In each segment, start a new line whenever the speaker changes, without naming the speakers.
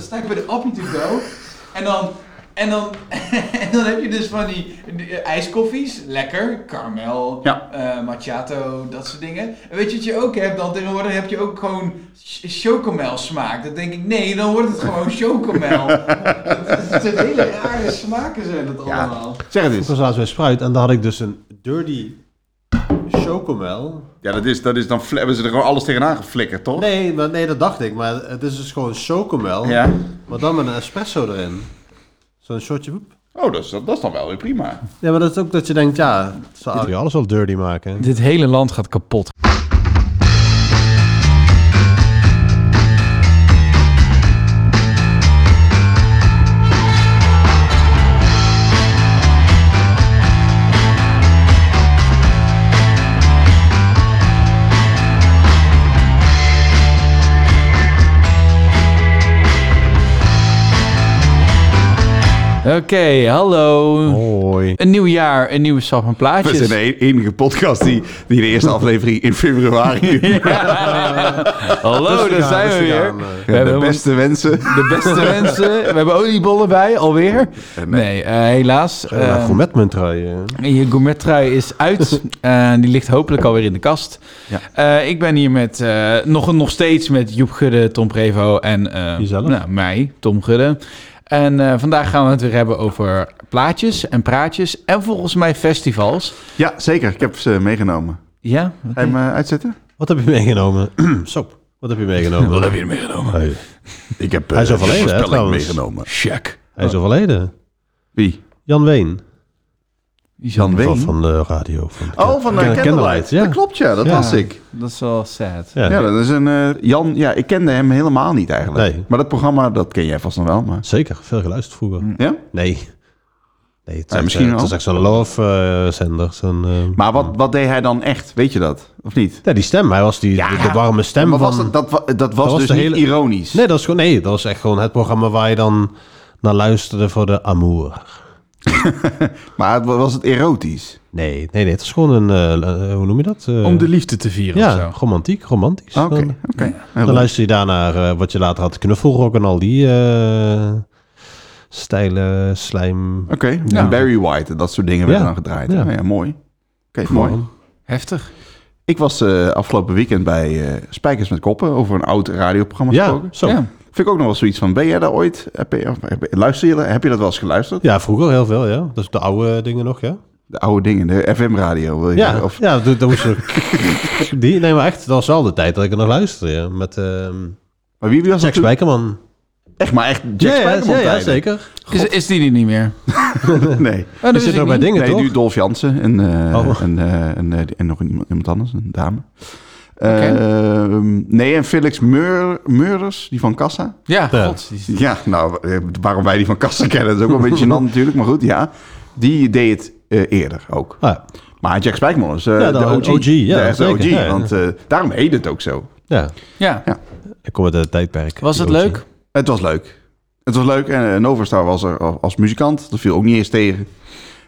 sta ik bij de appie go. En dan, en dan, en dan heb je dus van die, die, eh, ijskoffies, lekker, caramel,
Ja.
eh, macchiato, dat soort dingen. En weet je wat je ook hebt dan? Tegenwoordig heb je ook gewoon ch- chocomel smaak. Dan denk ik, nee, dan wordt het gewoon chocomel. Het is- het zijn hele rare smaken zijn dat
Ja.
allemaal.
Zeg het
Ik
eens.
was laatst bij Spruit en daar had ik dus een dirty chocomel.
Ja, dat is, dat is dan, fle- hebben ze er gewoon alles tegenaan geflikkerd, toch?
Nee, maar, nee, dat dacht ik. Maar het is dus gewoon chocomel.
Ja.
Maar dan met een espresso erin. Zo'n shotje woep.
Oh, dat is, dat is dan wel weer prima.
Ja, maar dat is ook dat je denkt, ja, zou Arie alles wel dirty maken.
Dit hele land gaat kapot. Oké, hallo.
Hoi.
Een nieuw jaar, een nieuwe sap en
Oh. We
plaatjes.
zijn de enige podcast die, die de eerste aflevering in februari...
Hallo, daar
Rustig aan,
zijn we
rustig
weer.
aan, eh.
We hebben
de beste wensen.
de beste mensen. We hebben oliebollen bij, alweer.
nee.
Nee, eh, helaas.
Uh,
Eh,
met mijn trui. eh.
je gourmet trui is uit. en die ligt hopelijk alweer in de kast.
Ja.
Eh, ik ben hier met, eh, nog, nog steeds met Joep Gudde, Tom Prevo en eh,
Jezelf.
nou, mij, Tom Gudde. En eh, vandaag gaan we het weer hebben over plaatjes en praatjes en volgens mij festivals.
Ja, zeker. Ik heb ze meegenomen.
Ja,
Ga je hem eh, uitzetten?
Wat heb je meegenomen? Soep. Wat heb je meegenomen?
wat heb je er meegenomen?
Hey,
Ik heb eh,
Hij is overleden, hè, trouwens.
meegenomen.
Check.
Hij is overleden.
Wie?
Jan Ween.
Jan
Van,
Ween?
van de radio. Van de
Oh, van de
Candlelight,
Candlelight.
ja.
Dat klopt, ja. Dat
Ja.
was ik.
Dat is wel sad.
ja.
Ja, dat is een... eh, Jan, ja, ik kende hem helemaal niet eigenlijk.
Nee.
Maar dat programma, dat ken jij vast nog wel. Maar...
Zeker. Veel geluisterd vroeger.
Ja?
Nee. Nee, het is,
Ja,
echt,
misschien
eh, het
wel.
is echt zo'n eh, love-zender.
Maar wat, wat deed hij dan echt? Weet je dat? Of niet?
Ja, die stem. Hij was die, de, de warme stem
Maar
van...
was dat, dat, wa- dat was
was
dus
de
niet
hele-
ironisch.
Nee, dat was gewoon, nee, dat was echt gewoon het programma waar je dan naar luisterde voor de amour.
Maar het wa- was het erotisch?
Nee, nee, nee. Het is gewoon een, eh, eh, hoe noem je dat? Eh,
Om de liefde te vieren of
Ja,
zo.
romantiek, romantisch.
Ah, Oké,
Dan-
oké.
Dan luister je daarnaar eh, wat je later had knuffelrock en al die eh stijle slijm.
Oké, en Barry White en dat soort dingen werden
Ja.
dan gedraaid.
Ja.
Ja, ja mooi. Oké, mooi.
Heftig.
Ik was eh, afgelopen weekend bij eh, Spijkers met Koppen over een oud radioprogramma
Ja,
gesproken.
zo.
Ja.
Ja.
Vind ik ook nog wel zoiets van, ben jij daar ooit? Heb je, of heb je- luister je, heb je dat wel eens geluisterd?
vroeger heel veel, ja. Dat is de oude dingen nog, ja.
De oude dingen, de FM-radio. wil je
Ja,
zeggen, of,
ja dat, dat moest je- die, nee, maar echt, dat was wel de tijd dat ik er nog luisterde, ja. Met ehm
Maar wie, wie was
Jack
dat toen?
Spijkerman.
Echt, maar echt Jack
Ja, ja,
Spijkerman
ja, ja,
tijden.
zeker.
Is, is die er niet meer?
nee,
Oh, dat
Er
wist
zit
ik
nog nou bij
niet.
dingen,
nee
toch?
nu Dolph Jansen en, eh,
Oh.
en, eh, en, eh, die- en nog iemand, iemand anders, een dame.
Oké.
Ehm, nee, en Felix Meur, Meurders, die van Kassa.
Ja,
Ja.
god. die-
Ja, nou, eh, waarom wij die van Kasten kennen, dat is ook wel een beetje gênant natuurlijk. Maar goed, ja, die deed het eh, eerder ook.
Ah, ja.
Maar Jack Spijkman is eh,
Ja,
de
de
OG.
OG, ja,
de echte
zeker,
OG,
ja, ja.
want eh, daarom heet het ook zo.
ja,
Ja.
ik kom uit het tijdperk.
Was het
Die OG.
leuk?
Het was leuk. Het was leuk. En eh, Novastar was er al- als muzikant. Dat viel ook niet eens tegen.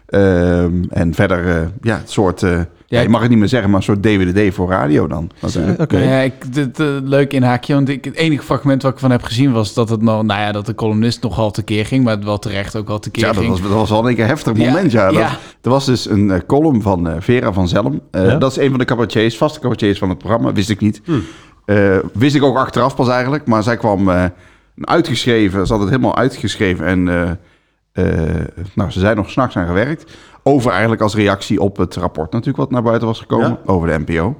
Ehm, en verder, eh, ja, het soort... eh, ja, je mag het niet meer zeggen, maar een soort DWDD voor radio dan. eh, Natuurlijk.
Oké.
Ja, ik, dit, eh, leuk inhaakje, want ik, het enige fragment wat ik van heb gezien was dat, het nou, nou ja, dat de columnist nogal tekeer ging, maar het wel terecht ook wel tekeer
Ja, dat
ging.
was, dat was wel een keer een heftig moment. Ja, Dat-
ja.
Er was dus een eh, column van eh, Vera van Zelm. Eh,
Ja.
Dat is een van de cabaretiers, vaste cabaretiers van het programma. Wist ik niet. Eh, wist ik ook achteraf pas eigenlijk. Maar zij kwam eh, uitgeschreven. Ze had het helemaal uitgeschreven. En eh, eh, nou, ze zijn nog s'nachts aan gewerkt. Over eigenlijk als reactie op het rapport natuurlijk wat naar buiten was gekomen.
Ja. Mhm.
Over de NPO.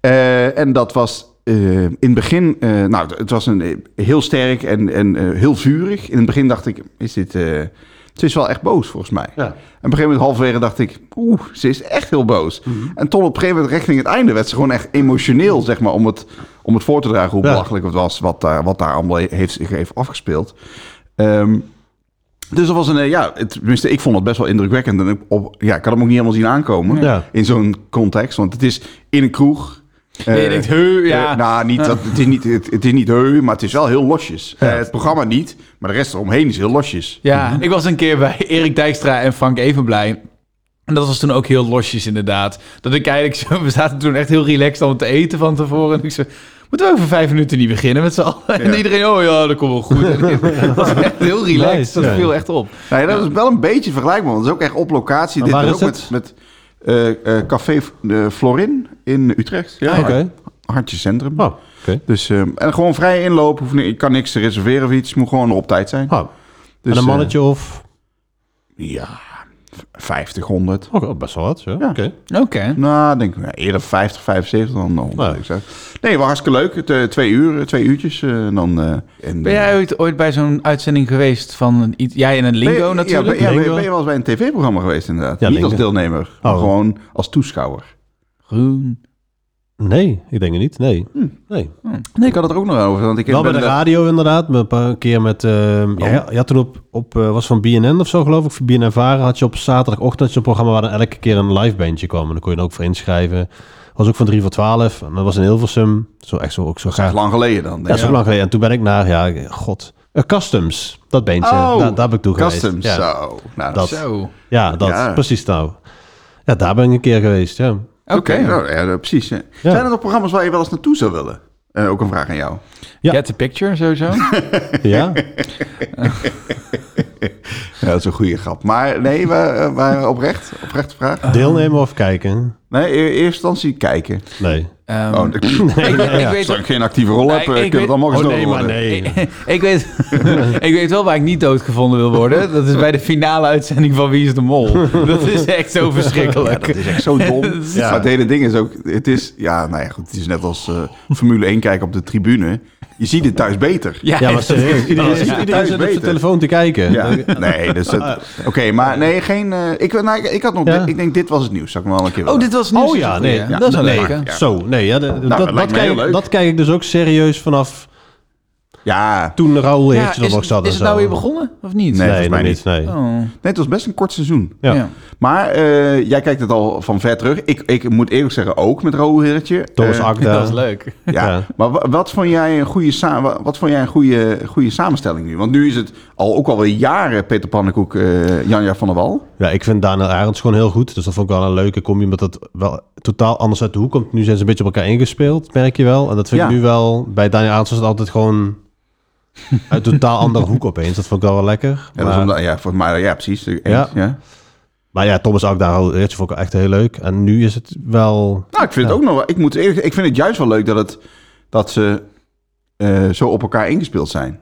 Eh, en dat was eh, in het begin, eh, nou, het was een, eh, heel sterk en, en eh, heel vurig. In het begin dacht ik, is dit, eh, ze is wel echt boos volgens mij. En op een gegeven moment halverwege dacht ik, oeh, ze is echt heel boos.
Mhm.
En tot op een gegeven moment richting het einde werd ze gewoon echt emotioneel, zeg maar, om het, om het voor te dragen hoe
Ja.
belachelijk het was, wat, daar wat daar allemaal he- heeft zich heeft afgespeeld. Ehm, dus dat was een, eh, ja, het, tenminste, ik vond het best wel indrukwekkend. En ik, op, ja, ik had hem ook niet helemaal zien aankomen
Ja.
in zo'n context, want het is in een kroeg.
Nee, je
Eh,
denkt, heu, ja.
eh, nou, niet, dat, het is niet, het, het is niet heu, maar het is wel heel losjes. Eh, het programma niet, maar de rest eromheen is heel losjes.
ja, ik was een keer bij Erik Dijkstra en Frank Evenblij. En dat was toen ook heel losjes inderdaad. Dat ik eigenlijk zo, we zaten toen echt heel relaxed aan het eten van tevoren. En ik zei, Moeten we over vijf minuten niet beginnen met z'n allen? En
Ja.
iedereen, oh ja, dat komt wel goed. En dat was echt heel relaxed.
Nice,
dat
ja.
viel echt op.
Nee, Nou dat is wel een beetje vergelijkbaar. Want het is ook echt op locatie.
Maar
Dit
waar
is
is
ook
het?
met, met eh, eh, Café de Florin in Utrecht.
Ja, oké.
Hartje centrum.
Oh, oké.
Dus, ehm, en gewoon vrij inlopen. Hoef, ni- ik kan niks te reserveren of iets. Het Moet gewoon er op tijd zijn.
Oh,
Dus,
en een
eh,
mannetje of...
ja, 50, 100.
Oh, oh, best wel wat, ja.
Ja.
Oké.
Oké.
Nou, denk ik nou, eerder 50, 75 dan 100.
Nou.
ik zou- Nee, was hartstikke leuk. Het, eh, twee uur, eh, twee uurtjes. eh, en dan, eh, en,
Ben jij ooit, ooit bij zo'n uitzending geweest van een iets- jij en een
Ben je-
lingo
ja,
natuurlijk?
ben- Ja, ben,
Lingo.
ben je wel eens bij een tv-programma geweest inderdaad?
Ja,
Niet
Lingo.
als deelnemer, maar
Oh.
gewoon als toeschouwer.
Groen. Oh.
Nee, ik denk het niet. Nee.
Hm.
nee.
Nee, ik had het er ook nog over. Want ik
Wel bij
ben
de
de-
radio inderdaad. maar Een paar keer met... ehm ja, je had toen op... op eh, was van BNN of zo geloof ik. Van BNN Varen had je op zaterdagochtend had je een programma... waar dan elke keer een live bandje kwam. En dan kon je er ook voor inschrijven. Was ook van 3 voor 12. En dat was in Hilversum. Zo echt zo, ook zo
Dat
graag.
is lang geleden dan.
Ja,
denk
zo
ik.
lang geleden. En toen ben ik naar... Ja, god. eh, Customs. Dat bandje.
Oh,
daar, daar ben ik toe geweest.
Customs,
Ja.
zo. Nou,
Dat-
is-
Zo.
Ja, dat.
Ja.
Precies nou. Ja, daar ben ik een keer geweest, ja.
Oké.
nou, ja, dat- precies. hè. Zijn er nog programma's waar je wel eens naartoe zou willen? Eh, ook een vraag aan jou.
Ja.
Get the picture sowieso.
Ja?
Ja, dat is een goede grap. Maar nee, waar, eh, waar oprecht? Oprechte vraag?
Deelnemen of kijken?
Nee, in eerste instantie kijken.
Nee.
Ehm,
Oh, ik
ik,
ja, ja.
ik weet
Zolang ik geen actieve rol
Nee,
heb, eh,
ik
kunnen we
weet-
het allemaal
Oh,
gestolen
nee, maar
worden.
nee.
ik, weet, ik weet wel waar ik niet doodgevonden wil worden. Dat is bij de finale uitzending van Wie is de Mol. Dat is echt zo verschrikkelijk.
Het is echt zo dom.
Ja.
Maar het hele ding is ook, het is, ja, nou ja, goed, het is net als eh, Formule 1 kijken op de tribune. Je ziet het thuis beter.
Ja, maar serieus.
iedereen
Iedereen,
zit
iedereen
thuis
zit op zijn
beter.
telefoon te kijken.
Ja, nee, dus dat- oké, maar nee, geen, eh, ik, wil- nou, ik, ik had nog,
Ja.
ik denk dit was het nieuws, zou ik me wel een keer
Oh,
willen.
dit was nieuws.
Oh ja, nee.
Dat is een
nee.
leuke.
Zo, nee. Ja, de- dat,
Nou, dat
dat,
lijkt me heel
kijk, ik-
leuk.
dat kijk ik dus ook serieus vanaf
Ja,
toen Raoul
Ja,
Heertje er nog
is,
zat. en
is het
zo.
nou weer begonnen of niet?
Nee, volgens
Nee, nog
mij
niet. Nee.
Oh.
nee, het was best een kort seizoen.
Mm. Ja.
Ja.
Maar eh, jij kijkt het al van ver terug. Ik, ik moet eerlijk zeggen, ook met Raoul Heertje.
Thomas
Eh,
Akda.
Dat is leuk.
Ja,
Ja.
maar wa- wat vond jij een goede, sa- wa- wat vond jij een goede, goede samenstelling nu? Want nu is het al ook alweer jaren Peter Pannenkoek, eh Janja van der Wal.
Ja, ik vind Daniel Arends gewoon heel goed. Dus dat vond ik wel een leuke combi. Omdat dat wel totaal anders uit de hoek komt. Nu zijn ze een beetje op elkaar ingespeeld, merk je wel. En dat vind
Ja.
ik nu wel... Bij Daniel Arends was het altijd gewoon... Uit een totaal andere hoek opeens. Dat vond ik wel wel lekker.
Ja, dat is
Maar-
omdat- ja, volgens mij, ja precies. eh, Eens, ja.
Ja. Maar ja, Thomas ook daar al eerst vond ik echt heel leuk. En nu is het wel.
Nou, ik vind het
Ja.
ook nog wel, ik, moet eerlijk, ik vind het juist wel leuk dat, het, dat ze eh, zo op elkaar ingespeeld zijn.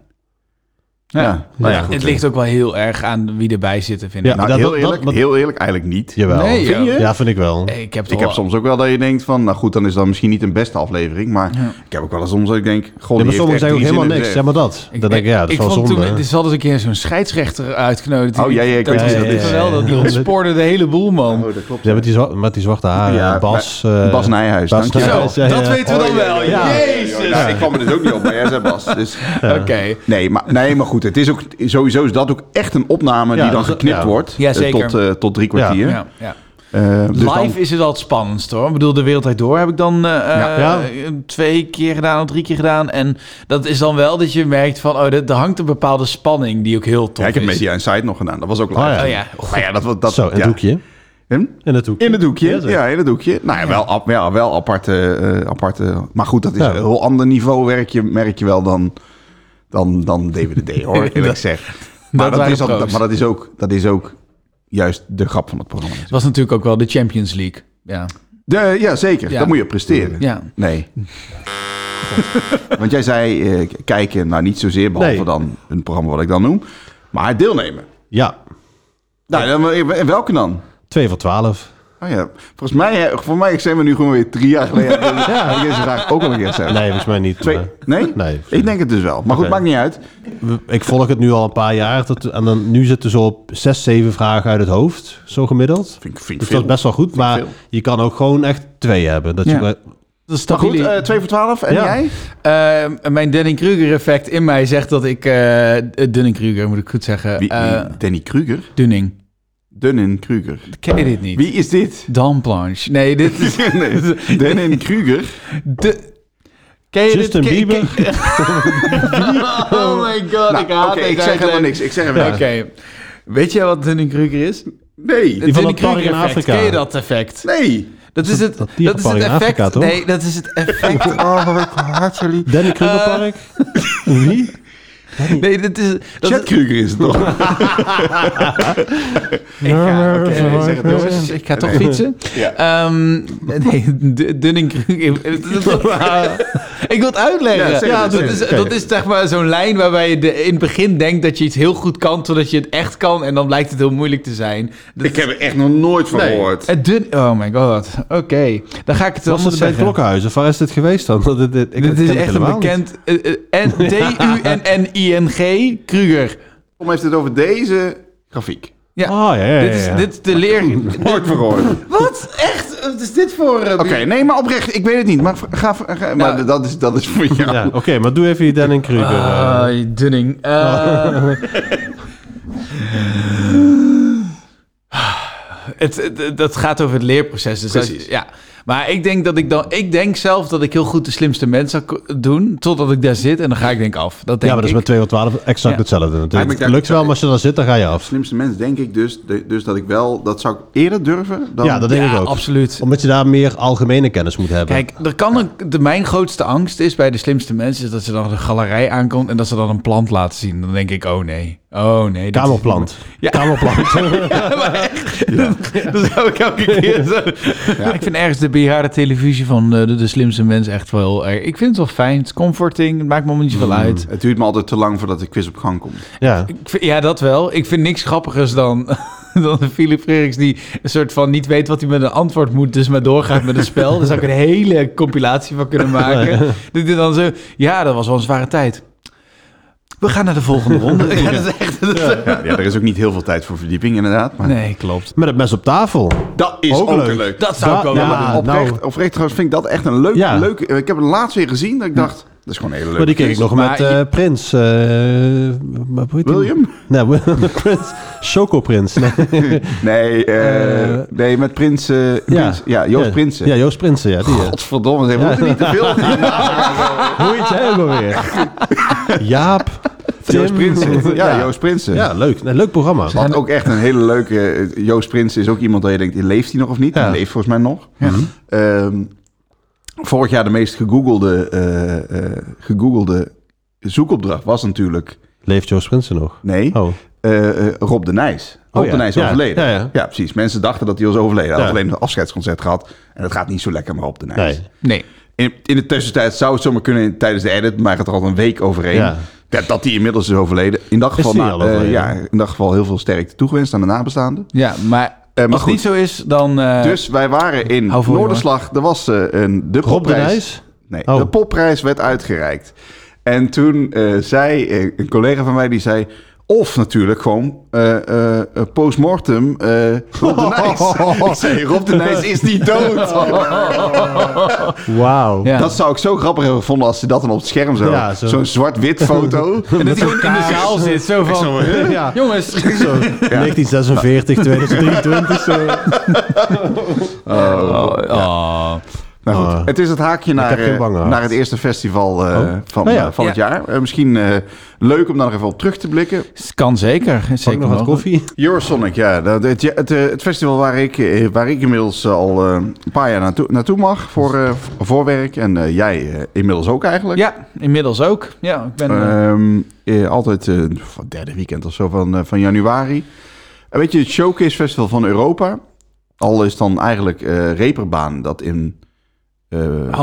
Ja, nou ja,
Ja.
goed.
Het ligt ook wel heel erg aan wie erbij zit, vind ik.
Ja.
Nou,
Dat-
heel,
dat-
eerlijk,
dat-
heel eerlijk, eigenlijk niet.
Jawel.
Nee,
Vind
joh.
je?
Ja, vind ik wel.
Eh, Ik heb,
Ik heb
wel-
soms ook wel dat je denkt van, nou goed, dan is dat misschien niet een beste aflevering, maar
Ja.
ik heb ook wel eens soms dat ik denk, god,
Ja,
die
maar
heeft
sommigen
echt
zeggen
drie
ook helemaal
zinnen
niks.
gezegd.
Ja, maar dat. Dan denk ik, ja, dat is
ik
wel
vond
zonde.
toen, er is altijd een keer zo'n scheidsrechter uitgenodigd.
Oh, ja, ja, ik
dat
weet
is-
wie dat
is
is.
wel, dat die
Ja, ja, ja.
ontspoorde de hele boel, man.
Oh, dat klopt.
Ja, met die, zwar- met die zwarte haren.
Ja,
Bas.
maar-
eh,
Bas Nijhuis,
Bas
dankjewel.
Nijhuis, ja,
dat
ja.
weten we dan wel.
ja, ja.
Jezus.
Nou, ik kwam er dus ook niet op, maar jij zei Bas. Dus,
Oké.
nee, maar, nee, maar goed, het is ook, sowieso is dat ook echt een opname
Ja, dus
die dan
dat is-
geknipt
ja.
wordt.
Ja,
eh,
zeker.
Tot, eh, tot drie kwartier.
Ja, ja.
Eh, dus dan-
Live is het al het spannendste hoor. Ik bedoel, de wereld Draait door heb ik dan eh, eh,
Ja.
twee keer gedaan of drie keer gedaan. En dat is dan wel dat je merkt van, oh, er er hangt een bepaalde spanning die ook heel tof
ja, ik heb
is.
Media Insight nog gedaan, dat was ook live.
Oh, ja.
Oh ja,
Maar ja, dat, dat,
Zo, in
ja.
het hoekje.
Hm?
In het hoekje.
In het hoekje,
Ja,
ja,
zo.
in het hoekje. Nou ja, wel, ap- ja, wel aparte, eh, aparte... Maar goed, dat is
Ja.
een heel ander niveau, werk je, merk je wel, dan, dan, dan DWDD, hoor, eerlijk gezegd. Maar dat,
waren
is al-
pro's.
maar dat, is ook, dat is ook juist de grap van het programma.
Het was natuurlijk ook wel de Champions League. Ja.
De, ja, zeker.
Ja.
Dat moet je presteren.
Ja.
Nee. Want jij zei eh, k- kijken, nou niet zozeer, behalve
Nee.
dan een programma wat ik dan noem. Maar deelnemen.
Ja,
Nou, dan, wel- welke dan?
2 voor 12.
Oh ja, volgens mij, hè, voor mij zijn we nu gewoon weer drie jaar geleden. ja. Dat ik deze vraag ook al een keer stellen.
Nee, volgens mij niet.
Twee,
maar-
nee?
Nee.
Ik denk het dus wel. Maar goed,
Oké.
maakt niet uit.
We- Ik volg het nu al een paar jaar. tot- en dan, nu zitten ze op 6, 7 vragen uit het hoofd. Zo gemiddeld.
Vind, ik- vind ik
Dus dat
veel.
is best wel goed. Maar
veel.
je kan ook gewoon echt twee hebben. Dat
Ja.
je,
Dat is
Maar goed,
stabiele-
eh 2 voor 12. En
Ja.
jij?
Eh, mijn Dunning-Kruger-effect in mij zegt dat ik... eh, Dunning-Kruger, moet ik goed zeggen.
Wie,
Eh,
wie? Danny Kruger?
Dunning.
Dunnin Kruger.
Ken je dit niet?
Wie is dit?
Dan Planche. Nee, dit is...
nee, Dunnin Kruger?
de... Ken je
Justin
dit? Ken-
Bieber.
ken- oh my god,
Nou,
ik
Oké,
haat
ik zeg helemaal niks. Ik zeg helemaal
Oké. Weet jij wat Dunning-Kruger is?
niks. Nee.
Het
van dat
Dunning-Kruger
park in
effect.
Afrika.
Ken je dat effect?
Nee.
Dat is het,
dat
dat is
dierenpark
het
in
effect.
Afrika, toch?
Nee, dat is het effect.
Danny
Eh,
Krugerpark? Wie?
nee, dat is, dat
Chad
is,
Kruger is het toch?
ik ga, oké,
nee, zeg het nog
jongens, ik ga toch fietsen. Ehm, nee, D- Dunning-Kruger. ik wil het uitleggen.
Ja, zeg het,
Ja,
zeg
dat,
het,
is,
zeg
dat
het.
is zeg maar zo'n lijn waarbij je de, in het begin denkt dat je iets heel goed kan, totdat je het echt kan. En dan blijkt het heel moeilijk te zijn. Dat
Ik heb er echt nog nooit van
Nee.
gehoord.
Het dun- oh my god. Oké, dan ga ik het
Was
anders
het bij het
zeggen.
Klokkenhuis? Of waar is dit geweest dan? Want Dit, dit, ik
Dit
ken
is
het
echt een
helemaal niet.
bekend... eh, eh, en- D-U-N-N-I-N-G, Kruger.
Tom heeft het over deze grafiek.
Ja.
Ah, ja, ja, ja.
Dit, is,
ja.
dit is de leer...
Nooit van gehoord.
Wat? Echt? Wat is dit voor... eh,
Oké, nee, maar oprecht, ik weet het niet. Maar v- ga, v- ga- maar
Nou.
dat, is, dat is voor jou.
Ja, Oké, maar doe even die Danny Kruger.
Ah,
eh.
dunning. Eh, het, het- dat gaat over het leerproces. Dus als-
Precies.
ja. Maar ik denk dat ik dan... Ik denk zelf dat ik heel goed de slimste mens zou ko- doen... totdat ik daar zit en dan ga ik denk ik af. Dat
ja,
denk
maar dat is
ik.
met 212 exact
Ja.
hetzelfde.
Lijkt me
natuurlijk.
dat-
Het lukt wel, maar als je daar zit, dan ga je af.
Slimste mens denk ik dus, de- dus dat ik wel, dat zou ik eerder durven dan...
Ja, dat denk
ja,
ik ook.
absoluut.
Omdat je daar meer algemene kennis moet hebben.
Kijk, er kan een, de, mijn grootste angst is bij de slimste mensen... is dat ze dan de galerij aankomt en dat ze dan een plant laten zien. Dan denk ik, oh nee, oh nee. dit is-
Kamerplant.
Ja.
Kamerplant.
Ja, maar echt. Dat, dat zou ik elke keer zo... Ik vind ergens de bejaarde televisie van eh, de, de slimste mens echt wel heel erg. Ik vind het wel fijn. Het is comforting. Het maakt me allemaal niet
Mm.
zoveel uit.
Het duurt me altijd te lang voordat de quiz op gang komt.
ja.
Ik vind- ja, dat wel. Ik vind niks grappigers dan... Dan Philip Frerichs die een soort van niet weet wat hij met een antwoord moet, dus maar doorgaat met een spel. Daar zou ik een hele compilatie van kunnen maken. Dat hij dan zo, ja, dat was wel een zware tijd. We gaan naar de volgende ronde. Ja, dat is echt, dat is-
Ja, ja, er is ook niet heel veel tijd voor verdieping inderdaad. Maar
Nee, klopt.
Met het mes op tafel.
Dat is
Ook
ook,
leuk.
een leuk.
Dat zou ik
Da-
ook
ja,
wel doen.
Ah,
oprecht,
nou.
oprecht trouwens vind ik dat echt een leuk,
Ja.
leuk... Ik heb het laatst weer gezien dat ik dacht, dat is gewoon een hele leuke
Maar die keek ik
quiz.
nog
Maar
met
je-
eh, Prins. eh, maar hoe heet die?
William?
Nee, Wil- Prins. Choco Prins. Nee.
Nee, eh,
Eh,
nee met Prins, eh, Prins- ja, Joost Prinsen.
Ja, Joost Prinsen. Ja, die, eh.
Godverdomme, ze moeten niet te veel.
Hoe heet jij ook alweer? Jaap. Tim.
Joost Prinsen. Ja, Joost Prinsen.
Ja, leuk. Nee, leuk programma.
Wat ook echt een hele leuke... eh, Joost Prins is ook iemand dat je denkt, leeft hij nog of niet?
Ja.
Hij leeft volgens mij nog. Ehm, vorig jaar de meest gegoogelde, eh, eh, gegoogelde zoekopdracht was natuurlijk...
Leeft Joost Prinsen nog?
Nee,
Oh.
eh, eh, Rob de Nijs. Rob
ja.
de Nijs is
Ja,
overleden.
ja, ja.
precies. Mensen dachten dat hij was overleden. Hij had
Ja.
alleen een afscheidsconcert gehad. En dat gaat niet zo lekker maar Rob de Nijs.
Nee.
Nee.
In, in de tussentijd zou het zomaar kunnen tijdens de edit, maar het er al een week overheen.
Ja.
Dat, dat die inmiddels is overleden. In dat geval,
die
nou,
al overleden?
eh, ja, in dat geval heel veel sterkte toegewenst aan de nabestaanden.
Ja, maar,
Eh, maar
als het
goed.
niet zo is, dan... eh,
dus wij waren in
Hou vol,
Noorderslag. Er was eh, een, de
Rob de
popprijs.
Nijs?
Nee,
Oh.
de popprijs werd uitgereikt. En toen eh, zei eh, een collega van mij, die zei... Of natuurlijk gewoon eh eh eh, postmortem eh, Rob de Nijs. Ik zei, Rob de Nijs is niet dood.
Wauw.
ja.
Dat zou ik zo grappig hebben gevonden als ze dat dan op het scherm zo.
Ja, zo.
Zo'n zwart-wit foto.
En dat hij gewoon in de zaal zit, zo van...
Ja.
Jongens,
Zo, 1946, 2023. zo.
Nou goed,
Ah.
het is het haakje naar,
heb geen
eh,
bang gehad.
naar het eerste festival eh, van,
Nou ja.
eh, van het
Ja.
jaar. Eh, misschien eh, leuk om daar nog even op terug te blikken.
kan zeker. is
Pak
Zeker
nog wat
mogelijk.
koffie.
Eurosonic, ja. Dat, het, het, eh, het festival waar ik, eh, waar ik inmiddels al eh, een paar jaar naartoe, naartoe mag voor, eh, voor werk. En eh, jij eh, inmiddels ook eigenlijk.
Ja, inmiddels ook. Ja, ik ben... eh,
Ehm, eh, altijd eh, voor het derde weekend of zo van, eh, van januari. En weet je, het Showcase Festival van Europa. Al is dan eigenlijk eh, Reperbaan dat in eh,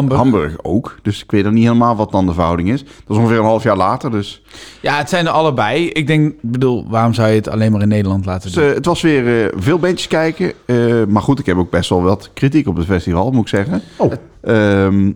Hamburg.
ook. Dus ik weet dan niet helemaal wat dan de verhouding is. Dat is ongeveer een half jaar later. Dus
ja, het zijn er allebei. Ik denk, ik bedoel, waarom zou je het alleen maar in Nederland laten
Dus,
doen?
eh, het was weer eh, veel bandjes kijken. Eh, maar goed, ik heb ook best wel wat kritiek op het festival, moet ik zeggen.
Oh.
Ehm,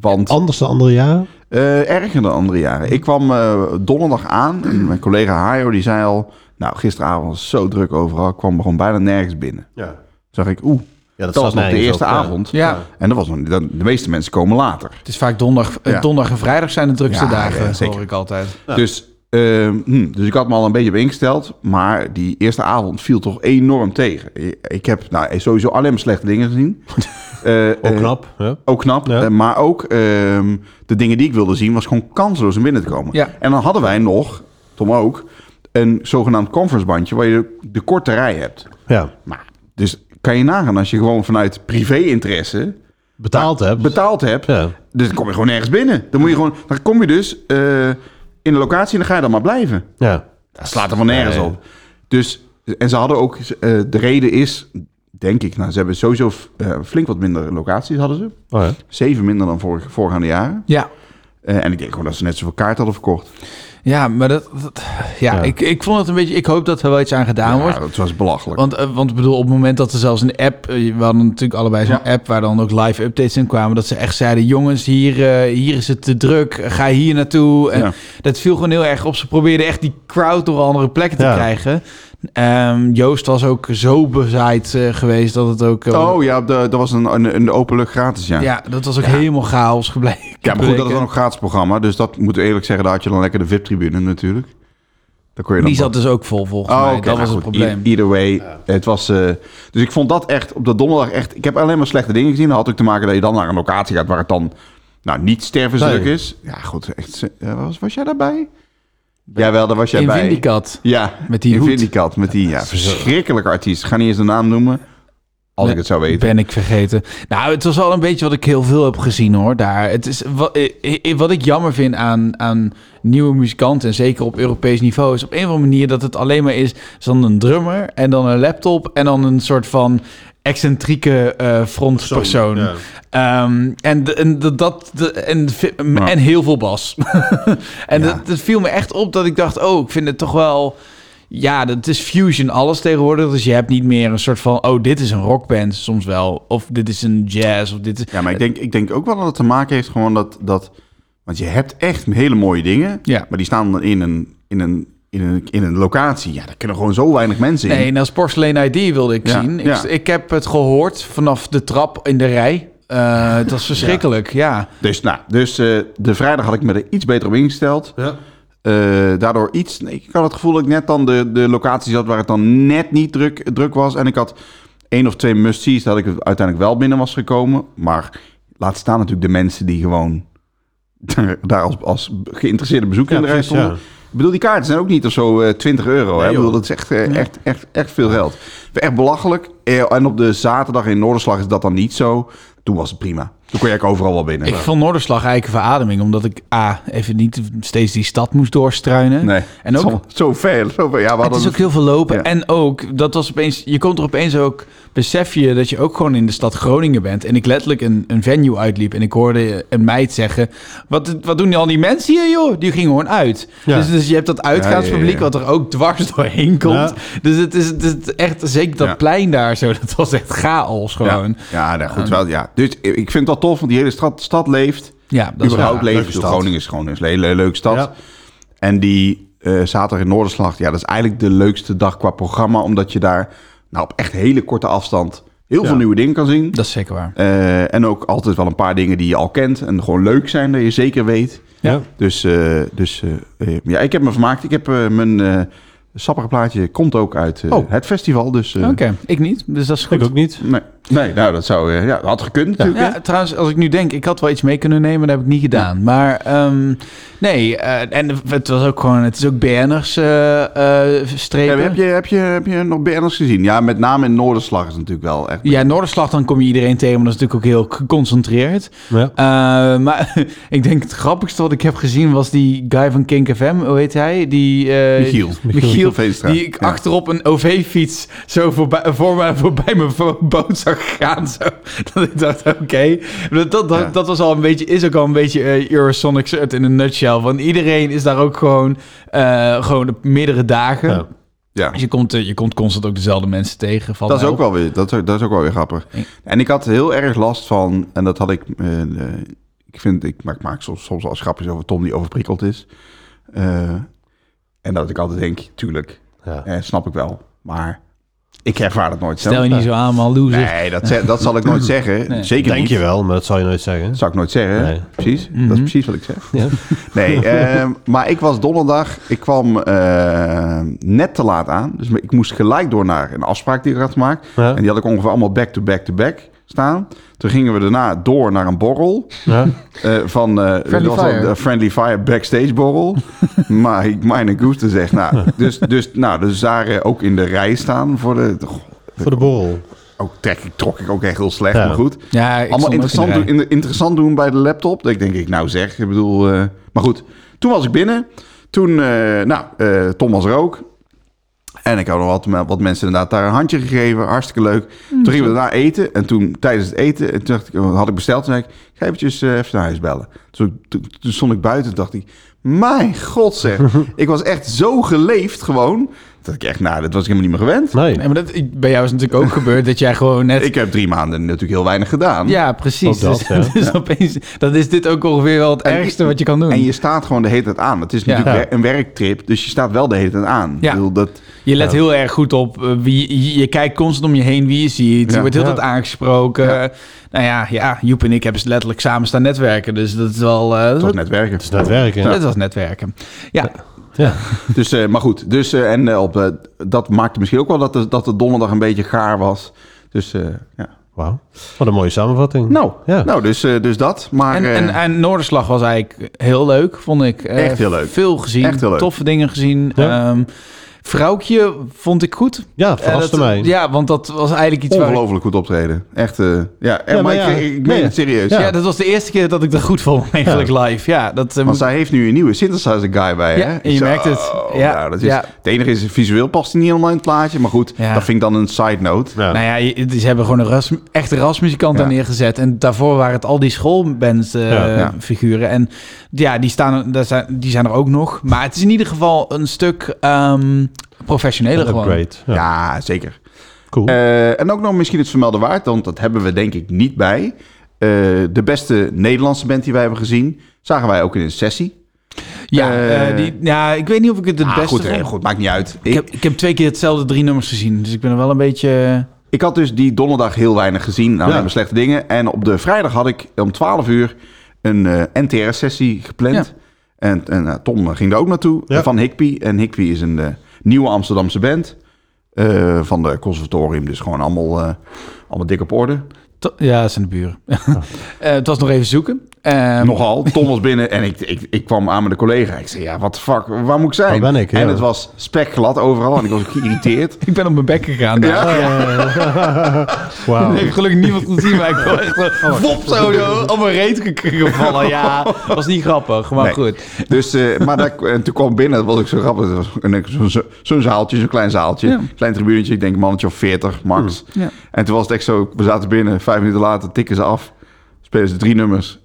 want
Anders dan andere jaren?
Eh, erger dan andere jaren. Ik kwam eh, donderdag aan en mijn collega Hajo die zei al... Nou, gisteravond was het zo druk overal. Ik kwam er gewoon bijna nergens binnen.
Ja.
Toen dacht ik, oeh,
Ja,
dat, was nog de eerste avond.
ja,
En dat was nog, dan- de meeste mensen komen later.
het is vaak donderdag, eh,
Ja.
donderdag en vrijdag zijn de drukste
Ja,
dagen,
ja, zeker.
hoor ik altijd.
Ja.
Dus, eh, hm, dus ik had me al een beetje op ingesteld. Maar die eerste avond viel toch enorm tegen. Ik- Ik heb nou, sowieso alleen maar slechte dingen gezien. Eh,
Ook
eh,
knap. hè?
Ook knap,
Ja.
eh, maar ook ehm, de dingen die ik wilde zien was gewoon kansloos om binnen te komen.
Ja.
En dan hadden wij nog, Tom ook, een zogenaamd conferencebandje waar je de, de korte rij hebt.
Ja.
Maar, dus kan je nagaan als je gewoon vanuit privé-interesse
Betaald hebt.
betaald hebt.
Ja.
Dus dan kom je gewoon nergens binnen. Dan, moet je gewoon, dan kom je dus eh, in de locatie en dan ga je dan maar blijven.
ja.
Dat slaat er van nergens
Nee.
op. Dus, en ze hadden ook, eh, de reden is, denk ik, nou, ze hebben sowieso eh, flink wat minder locaties hadden ze.
Oh, ja.
Zeven minder dan vorig, voorgaande jaren.
Ja,
Eh, en ik denk gewoon dat ze net zoveel kaarten hadden verkocht.
ja maar dat, dat- ja,
Ja.
Ik, ik vond het een beetje... Ik hoop dat er wel iets aan gedaan wordt.
Ja, dat was belachelijk.
Want, eh, want ik bedoel, op het moment dat er zelfs een app... eh, We hadden natuurlijk allebei zo'n app waar dan ook live updates in kwamen. Dat ze echt zeiden, jongens, hier, eh, hier is het te druk. Ga hier naartoe. En
Ja.
dat viel gewoon heel erg op. Ze probeerden echt die crowd door andere plekken te
Ja.
krijgen. Ehm, Joost was ook zo bezaaid eh, geweest dat het ook... eh,
Oh ja, de, dat was een, een, een openlucht gratis, ja.
ja, dat was ook helemaal chaos gebleken.
Ja, maar goed, dat is dan ook gratis programma. Dus dat moet ik eerlijk zeggen, daar had je dan lekker de VIP-tribune natuurlijk. Daar kon je dan
Die zat dus ook vol volgens
Oh,
mij.
oké,
dat
nou
was het
goed,
probleem.
e- Either way, het was... eh, dus ik vond dat echt, op de donderdag echt... Ik heb alleen maar slechte dingen gezien. Dat had ook te maken dat je dan naar een locatie gaat waar het dan... Nou, niet stervensdruk
Nee.
is. Ja, goed, echt... eh, was, was jij daarbij? Jawel, daar was jij
In
bij.
Vindicat.
Ja,
Met die
in
hoed.
Vindicat, met die ja, verschrikkelijke artiest. Ik ga niet eens de naam noemen, als
Nee,
ik het zou weten.
Ben ik vergeten. Nou, het was wel een beetje wat ik heel veel heb gezien hoor. Daar. Het is, wat, eh, wat ik jammer vind aan, aan nieuwe muzikanten, en zeker op Europees niveau, is op een of andere manier dat het alleen maar is is dan een drummer en dan een laptop en dan een soort van excentrieke eh frontpersoon.
ja.
Ehm, en de- en de- dat de- en, vi-
Ja.
en heel veel bas. en
Ja.
dat, dat viel me echt op dat ik dacht, oh, ik vind het toch wel. Ja, dat is fusion alles tegenwoordig. Dus je hebt niet meer een soort van, oh, dit is een rockband soms wel. Of dit is een jazz, of dit is...
Ja, maar ik denk, ik denk ook wel dat het te maken heeft gewoon dat... dat want je hebt echt hele mooie dingen,
Ja.
maar die staan dan in een, in, een, in, een, in een locatie. Ja, daar kunnen gewoon zo weinig mensen in.
Nee, nou, en als Porcelain ID wilde ik
Ja,
zien. Ik,
ja.
ik heb het gehoord vanaf de trap in de rij. Eh, het was verschrikkelijk, ja.
Dus, nou, dus eh, de vrijdag had ik me er iets beter op ingesteld. Eh, daardoor iets... nee, ik had het gevoel dat ik net dan de, de locatie zat waar het dan net niet druk, druk was. En ik had één of twee must-sees dat ik uiteindelijk wel binnen was gekomen. Maar laat staan natuurlijk de mensen die gewoon daar, daar als, als geïnteresseerde bezoeker
Ja,
in de rij
precies,
stonden. Ik bedoel, die kaarten zijn ook niet of zo eh, 20 euro. hè? Ik bedoel, dat is echt, eh, echt, echt, echt veel geld. Echt belachelijk. Eh, En op de zaterdag in Noorderslag is dat dan niet zo. Toen was het prima. Toen kon je eigenlijk overal wel binnen.
Ik vond Noorderslag eigenlijk een verademing. Omdat ik, A, even niet steeds die stad moest doorstruinen.
Nee.
En ook,
Zo veel. Zo veel. Ja, we
Het
hadden
is ook heel veel lopen.
Ja.
En ook, dat was opeens, je komt er opeens ook, besef je dat je ook gewoon in de stad Groningen bent. En ik letterlijk een, een venue uitliep en ik hoorde een meid zeggen, wat, wat doen al die mensen hier joh? Die gingen gewoon uit.
Ja.
Dus, dus je hebt dat uitgaanspubliek
Ja, ja, ja, ja.
wat er ook dwars doorheen komt.
Ja.
Dus het is, het is echt, zeker dat
Ja.
plein daar zo, dat was echt chaos gewoon. Ehm, Ja,
Ja, ja nou, goed. Wel, ja. Dus ik ik vind het wel tof, want die hele stad, stad leeft.
dat is
überhaupt
wel
leeft.
leuke
Ik bedoel,
stad.
Groningen is gewoon een hele, hele leuke stad.
Ja.
En die eh, zaterdag in Noorderslag, ja, dat is eigenlijk de leukste dag qua programma. Omdat je daar nou, op echt hele korte afstand heel veel nieuwe dingen kan zien.
Dat is zeker waar.
Eh, en ook altijd wel een paar dingen die je al kent en gewoon leuk zijn, dat je zeker weet.
Ja.
Dus, eh, dus eh, eh, ja, ik heb me vermaakt. Ik heb eh, mijn eh, sappige plaatje komt ook uit eh,
Oh.
het festival. Dus, eh,
Oké, ik niet, dus dat is goed.
Ik ook niet.
Nee, nee nou, dat zou eh, ja, dat had gekund natuurlijk. hè?
Ja, trouwens, als ik nu denk, ik had wel iets mee kunnen nemen, dat heb ik niet gedaan. Maar ehm, nee, eh, en het was ook gewoon, het is ook BN'ers eh, eh,
Ja,
strepen.
heb, je, heb, je, heb je nog BN'ers gezien? Ja, met name in Noorderslag is natuurlijk wel echt...
Ja, Noorderslag, dan kom je iedereen tegen, maar dat is natuurlijk ook heel geconcentreerd.
Ja.
Eh, maar ik denk het grappigste wat ik heb gezien was die guy van Kink FM, hoe heet hij? Die, eh,
Michiel.
Michiel,
Veenstra.
die ik
Ja.
achterop een OV-fiets zo voorbij, voor mij, voorbij mijn vo- boot zag gaan. Zo. Dat ik dacht, oké. Dat, dat, dat,
Ja.
dat was al een beetje, is ook al een beetje eh, Eurosonic shirt in een nutshell. Want iedereen is daar ook gewoon, eh, gewoon op meerdere dagen.
Ja.
Ja.
Dus je komt, eh, je komt constant ook dezelfde mensen tegen. valt
Dat is
mij
ook
op.
wel weer, dat, is ook- dat is ook wel weer grappig.
Nee.
En ik had heel erg last van, en dat had ik, eh, eh, ik vind, ik maak, maak soms, soms als grapjes over Tom die overprikkeld is. Eh, en dat ik altijd denk, tuurlijk,
Ja.
eh, snap ik wel, maar ik ervaar dat nooit zelf.
Stel je niet zo aan, man, loser.
Nee, dat, ze- dat zal ik nooit zeggen.
Nee.
Zeker
Denk
niet.
je wel, maar dat zou je nooit zeggen.
Dat zou ik nooit zeggen.
Nee.
Precies,
Mhm.
dat is precies wat ik zeg.
Ja.
Nee, ehm, maar ik was donderdag. Ik kwam eh, net te laat aan. Dus ik moest gelijk door naar een afspraak die ik had gemaakt.
Ja.
En die had ik ongeveer allemaal back to back to back staan. Toen gingen we daarna door naar een borrel.
Ja.
eh, van eh,
Friendly
dat was dan
Fire.
de Friendly Fire backstage borrel. maar ik mijn goeste zegt. Nou, dus, dus, nou, dus daar eh, ook in de rij staan voor de.
Voor de borrel.
ook trek ik, trok ik ook echt heel slecht,
Ja.
maar goed.
Ja, ik
Allemaal
stond ook
interessant,
in de
doen,
rij.
in- interessant doen bij de laptop. Dat ik denk, ik nou zeg, ik bedoel... eh, maar goed, toen was ik binnen. Toen, eh, nou, eh, Tom was er ook. En ik had nog wat, wat mensen inderdaad daar een handje gegeven. Hartstikke leuk.
Mm.
Toen gingen we daarna eten. En toen, tijdens het eten, en toen dacht ik, wat had ik besteld. Toen zei ik, ik ga eventjes eh, even naar huis bellen. Toen, toen, toen stond ik buiten en dacht ik, mijn god zeg. ik was echt zo geleefd gewoon. Dat ik echt, nou, dat was ik helemaal niet meer gewend.
Nee,
Nee, maar dat, ik- bij jou is natuurlijk ook gebeurd dat jij gewoon net...
Ik heb drie maanden natuurlijk heel weinig gedaan.
ja, precies.
Ook dat,
dus
ja.
dus opeens, dat is dit ook ongeveer wel het
En-
ergste wat je kan doen.
En
je,
je staat gewoon de hele tijd aan. Het is
Ja.
natuurlijk
Ja.
wer- een werktrip, dus je staat wel de hele tijd aan.
Ja.
Ik bedoel, dat,
let heel erg goed op eh, wie... Je, je kijkt constant om je heen wie je ziet.
Ja.
Je wordt heel
Ja.
tijd aangesproken. Nou ja, ja, Joep en ik hebben ze letterlijk samen staan netwerken. Dus dat is wel... eh,
dat
dat
was net werken.
het is net werken. Ja.
dat was netwerken. Ja,
Ja.
Dus, eh, maar goed, dus, eh, en eh, op, eh, dat maakte misschien ook wel dat de, dat de donderdag een beetje gaar was. Dus eh, ja.
Wauw. Wat een mooie samenvatting.
Nou,
Ja.
nou dus, eh, dus dat. Maar
En,
eh,
en, en Noorderslag was eigenlijk heel leuk, vond ik. Eh,
Echt heel leuk.
Veel gezien,
Echt heel leuk.
toffe dingen gezien.
Ja.
Ehm, vrouwtje vond ik goed.
ja, het
Eh,
verraste
dat-
mij.
Ja, want dat was eigenlijk iets waar... ik-
ongelooflijk goed optreden. Echt, eh, ja. En,
Ja,
maar
maar
ik,
ja.
ik meen
Nee.
het serieus.
Ja.
Ja.
dat was de eerste keer dat ik dat goed vond, eigenlijk live. Ja, dat... eh,
Want zij heeft nu een nieuwe synthesizer guy bij,
Ja,
hè?
en je
Zo,
merkt het. Ja,
nou, dat is,
ja.
Het enige is, visueel past hij niet helemaal in het plaatje. Maar goed,
Ja.
dat vind ik dan een side note.
Ja.
Nou ja, je- ze hebben gewoon een ras, echte rasmuzikant daar
Ja.
neergezet. En daarvoor waren het al die schoolbands eh,
Ja,
ja.
figuren. En ja, die, staan, daar zijn, die zijn er ook nog. Maar het is in ieder geval een stuk ehm professioneler
Een
gewoon.
upgrade. Ja.
ja zeker.
Cool.
Eh, en ook nog misschien het vermelden waard, want dat hebben we denk ik niet bij. Eh, de beste Nederlandse band die wij hebben gezien, zagen wij ook in een sessie.
Ja,
Eh,
eh, die, ja, ik weet niet of ik het het
Ah,
beste
goed, eh,
vond.
goed, maakt niet uit.
Ik
Ik,
heb, ik heb twee keer hetzelfde drie nummers gezien, dus ik ben er wel een beetje... eh,
ik had dus die donderdag heel weinig gezien, nou
Ja.
helemaal slechte dingen. En op de vrijdag had ik om 12 uur een eh, NTR-sessie gepland.
Ja.
En, en eh, Tom ging daar ook naartoe,
Ja.
eh, van Higby. En Higby is een eh, nieuwe Amsterdamse band eh, van de conservatorium. Dus gewoon allemaal, eh, allemaal dik op orde.
To- ja, dat zijn de buren. Eh, het was nog even zoeken. Eh,
Nogal. Tom was binnen en ik, ik, ik kwam aan met een collega. Ik zei, ja, wat de fuck, waar moet ik zijn?
Waar ben ik, ja.
En het was spekglad overal en ik was ook geïrriteerd.
Ik ben op mijn bek gegaan. daar.
Ja. Oh.
Wauw.
Ik heb gelukkig niemand gezien, maar ik was echt zo wop zo zo op mijn reet ge- ge- gevallen. Ja, was niet grappig, maar
Nee.
goed.
Dus, eh, maar daar, en toen kwam ik binnen, dat was ook zo grappig. Het was een- zo'n zo, zo'n zaaltje, zo'n klein zaaltje.
Ja.
Klein tribunetje, ik denk een mannetje of 40 max.
Hmm.
Ja.
En toen was het echt zo, we zaten binnen, vijf minuten later tikken ze af. Spelen ze drie nummers.